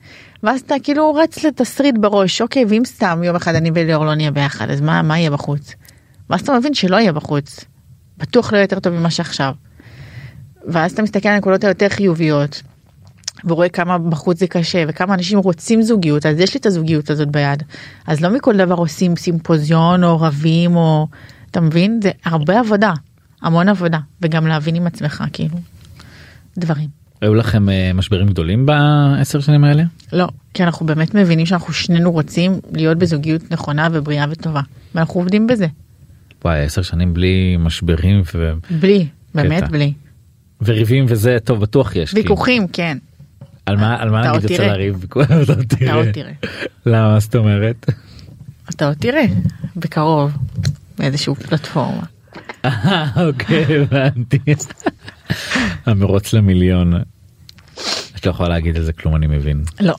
ואז אתה כאילו רץ לתסריט בראש, אוקיי, ואם סתם יום אחד אני וליאור לא נהיה ביחד, אז מה, מה יהיה בחוץ? ואז אתה מבין שלא יהיה בחוץ. בטוח לא יהיה יותר טוב ממה שעכשיו. ואז אתה מסתכל על הנקודות היותר חיוביות, ורואה כמה בחוץ זה קשה, וכמה אנשים רוצים זוגיות, אז יש לי את הזוגיות הזאת ביד. אז לא מכל דבר עושים סימפוזיון או רבים או... אתה מבין? זה הרבה עבודה, המון עבודה, וגם להבין עם עצמך, כאילו. דברים.
היו לכם אה, משברים גדולים בעשר שנים האלה?
לא, כי אנחנו באמת מבינים שאנחנו שנינו רוצים להיות בזוגיות נכונה ובריאה וטובה. ואנחנו עובדים בזה.
וואי עשר שנים בלי משברים ו...
בלי, באמת
קטע.
בלי.
וריבים וזה טוב בטוח יש. כי-
ויכוחים, כן.
על מה על מה
אתה
נגיד
עוד
יוצא
תראה.
לריב? אתה עוד
אתה עוד
תראה.
תראה.
למה מה זאת אומרת?
אתה עוד תראה, בקרוב, באיזשהו פלטפורמה.
אה, אוקיי הבנתי. המרוץ למיליון. את לא יכולה להגיד על זה כלום אני מבין.
לא,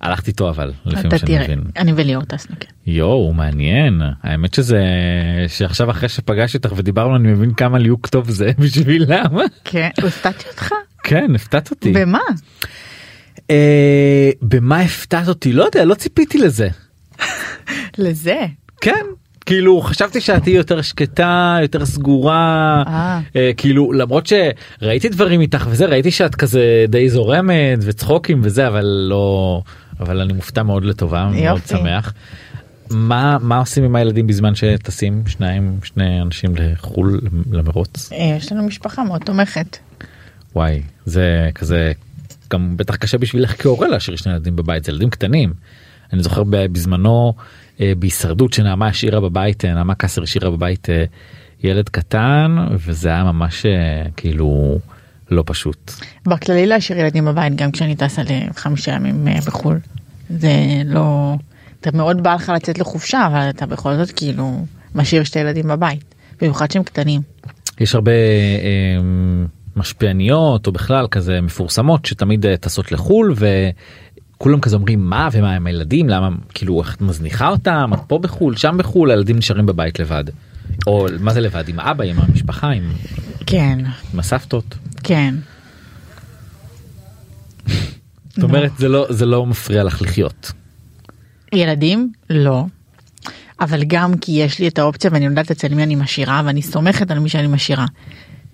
הלכת איתו אבל לפי מה
אתה
שאני
תראה.
מבין.
אני וליאור טסנו, כן.
יואו מעניין האמת שזה שעכשיו אחרי שפגשתי אותך ודיברנו אני מבין כמה ליהוק טוב זה בשביל למה.
כן, הפתעתי אותך?
כן הפתעת אותי.
במה?
אה, במה הפתעת אותי לא יודע לא ציפיתי לזה
לזה.
כן כאילו חשבתי שאת תהיי יותר שקטה יותר סגורה
אה.
אה, כאילו למרות שראיתי דברים איתך וזה ראיתי שאת כזה די זורמת וצחוקים וזה אבל לא אבל אני מופתע מאוד לטובה מאוד
יופי.
שמח. מה מה עושים עם הילדים בזמן שטסים שניים שני אנשים לחו"ל למרוץ
אה, יש לנו משפחה מאוד תומכת.
וואי זה כזה גם בטח קשה בשבילך כהורה להשאיר שני ילדים בבית זה ילדים קטנים. אני זוכר ב- בזמנו אה, בהישרדות שנעמה השאירה בבית, אה, נעמה קסר השאירה בבית אה, ילד קטן, וזה היה ממש אה, כאילו לא פשוט.
בכללי להשאיר ילדים בבית גם כשאני טסה לחמישה ימים אה, בחו"ל. זה לא... אתה מאוד בא לך לצאת לחופשה אבל אתה בכל זאת כאילו משאיר שתי ילדים בבית. במיוחד שהם קטנים.
יש הרבה אה, משפיעניות או בכלל כזה מפורסמות שתמיד אה, טסות לחו"ל וכולם כזה אומרים מה ומה עם הילדים למה כאילו איך את מזניחה אותם את פה בחו"ל שם בחו"ל הילדים נשארים בבית לבד. או מה זה לבד עם אבא עם המשפחה עם,
כן,
עם הסבתות.
כן.
זאת אומרת זה לא זה לא מפריע לך לחיות.
ילדים? לא. אבל גם כי יש לי את האופציה ואני יודעת אצל מי אני משאירה ואני סומכת על מי שאני משאירה.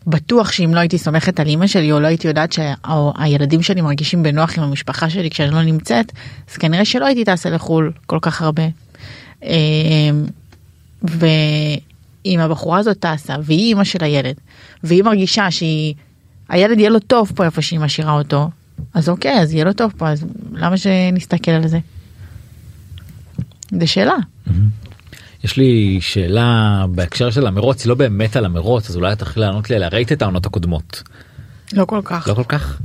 בטוח שאם לא הייתי סומכת על אימא שלי או לא הייתי יודעת שהילדים שלי מרגישים בנוח עם המשפחה שלי כשאני לא נמצאת אז כנראה שלא הייתי טסה לחו"ל כל כך הרבה. אה, ואם הבחורה הזאת טסה והיא אימא של הילד והיא מרגישה שהיא הילד יהיה לו טוב פה איפה שהיא משאירה אותו אז אוקיי אז יהיה לו טוב פה אז למה שנסתכל על זה. זה שאלה.
יש לי שאלה בהקשר של המרוץ היא לא באמת על המרוץ אז אולי תתחיל לענות לי עליה ראית את העונות הקודמות
לא כל כך.
לא כל כך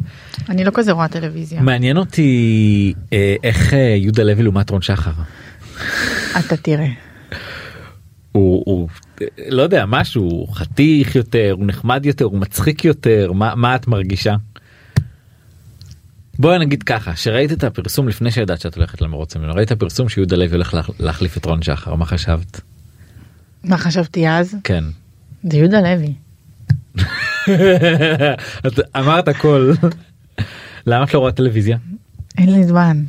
אני לא כזה רואה טלוויזיה.
מעניין אותי אה, איך אה, יהודה לוי לעומת רון שחר.
אתה תראה.
הוא, הוא לא יודע משהו הוא חתיך יותר הוא נחמד יותר הוא מצחיק יותר מה, מה את מרגישה. בואי נגיד ככה שראית את הפרסום לפני שידעת שאת הולכת למרוץ המיליון ראית פרסום שיהודה לוי הולך להח- להחליף את רון שחר מה חשבת?
מה חשבתי אז?
כן.
זה יהודה לוי.
את אמרת הכל. למה את לא רואה טלוויזיה?
אין לי זמן.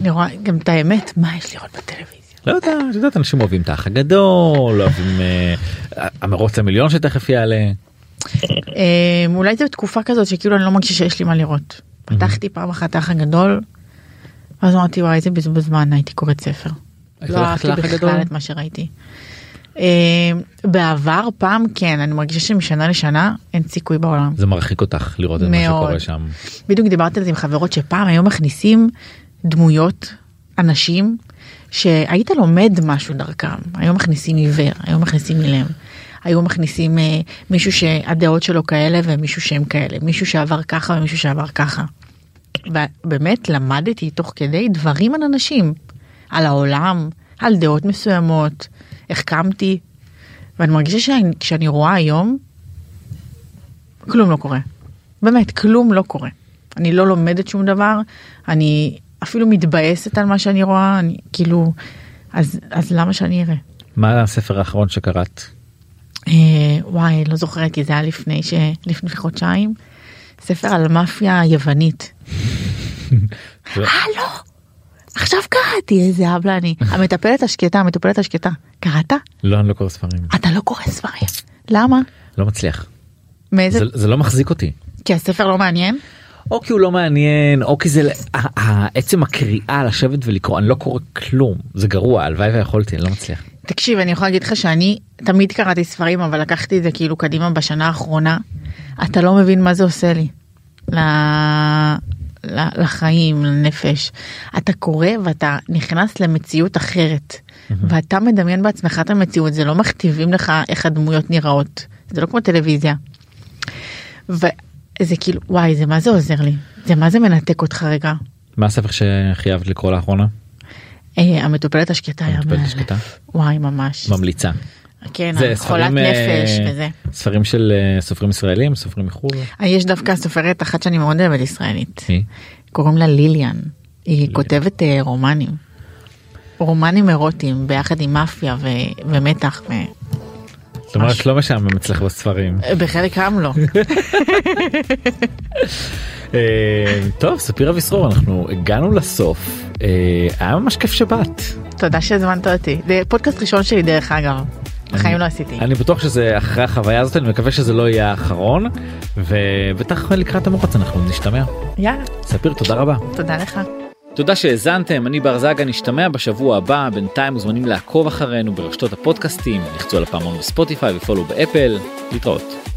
אני רואה גם את האמת מה יש לראות בטלוויזיה.
לא יודע, את יודעת אנשים אוהבים את האח הגדול אוהבים אה, המרוץ המיליון שתכף יעלה.
אה, אולי זו תקופה כזאת שכאילו אני לא מרגישה שיש לי מה לראות.
Mhm.
פתחתי פעם אחת האח הגדול. ואז אמרתי וואי איזה בזבוז זמן הייתי קוראת ספר.
היית
לא
הולכת
אהבתי
לאח הגדול?
בכלל את מה שראיתי. אה, בעבר פעם כן אני מרגישה שמשנה לשנה אין סיכוי בעולם.
זה מרחיק אותך לראות את מה
מאוד.
שקורה שם.
בדיוק דיברתי על זה עם חברות שפעם היו מכניסים דמויות אנשים שהיית לומד משהו דרכם היו מכניסים עיוור היו מכניסים אילם היו מכניסים אה, מישהו שהדעות שלו כאלה ומישהו שהם כאלה מישהו שעבר ככה ומישהו שעבר ככה. ובאמת למדתי תוך כדי דברים על אנשים על העולם על דעות מסוימות איך קמתי ואני מרגישה שכשאני רואה היום כלום לא קורה. באמת, כלום לא קורה. אני לא לומדת שום דבר, אני אפילו מתבאסת על מה שאני רואה, אני כאילו, אז, אז למה שאני אראה?
מה הספר האחרון שקראת?
אה, וואי, לא זוכרת, כי זה היה לפני, ש... לפני חודשיים. ספר על מאפיה יוונית.
ו-
אה, לא! עכשיו קראתי, איזה אבלה אני. המטפלת השקטה, המטפלת השקטה. קראת?
לא אני לא קורא ספרים
אתה לא קורא ספרים. למה?
לא מצליח
מאיזה...
זה, זה לא מחזיק אותי
כי הספר לא מעניין?
או כי הוא לא מעניין או כי זה ל- ה- ה- עצם הקריאה לשבת ולקרוא אני לא קורא כלום זה גרוע הלוואי ויכולתי אני לא מצליח.
תקשיב אני יכולה להגיד לך שאני תמיד קראתי ספרים אבל לקחתי את זה כאילו קדימה בשנה האחרונה. אתה לא מבין מה זה עושה לי. ל... ל- לחיים לנפש אתה קורא ואתה נכנס למציאות אחרת ואתה מדמיין בעצמך את המציאות זה לא מכתיבים לך איך הדמויות נראות זה לא כמו טלוויזיה. וזה כאילו וואי זה מה זה עוזר לי זה מה זה מנתק אותך רגע.
מה הספר שהכי אהבת לקרוא לאחרונה?
אה, המטופלת השקטה היה
המטופלת
מאלף.
השקטה?
וואי ממש.
ממליצה.
כן, על חולת
אה,
נפש וזה.
ספרים של אה, סופרים ישראלים סופרים מחו"ל.
אה, יש דווקא סופרת אחת שאני מאוד אוהבת ישראלית.
מי?
קוראים לה ליליאן. היא כותבת אה, רומנים. רומנים אירוטיים ביחד עם מאפיה ו- ומתח. ו- אה.
זאת אומרת לא משעמם אצלך בספרים.
בחלקם לא.
אה, טוב ספירה ויסרור אנחנו הגענו לסוף אה, היה ממש כיף שבאת.
תודה שהזמנת אותי. זה פודקאסט ראשון שלי דרך אגב. בחיים לא עשיתי.
אני בטוח שזה אחרי החוויה הזאת אני מקווה שזה לא יהיה האחרון ובטח לקראת המרוץ אנחנו נשתמע.
יאללה,
ספיר תודה רבה.
תודה לך.
תודה שהאזנתם, אני בר זגה, נשתמע בשבוע הבא, בינתיים מוזמנים לעקוב אחרינו ברשתות הפודקאסטים, לחצו על הפעמון בספוטיפיי ופולו באפל, להתראות.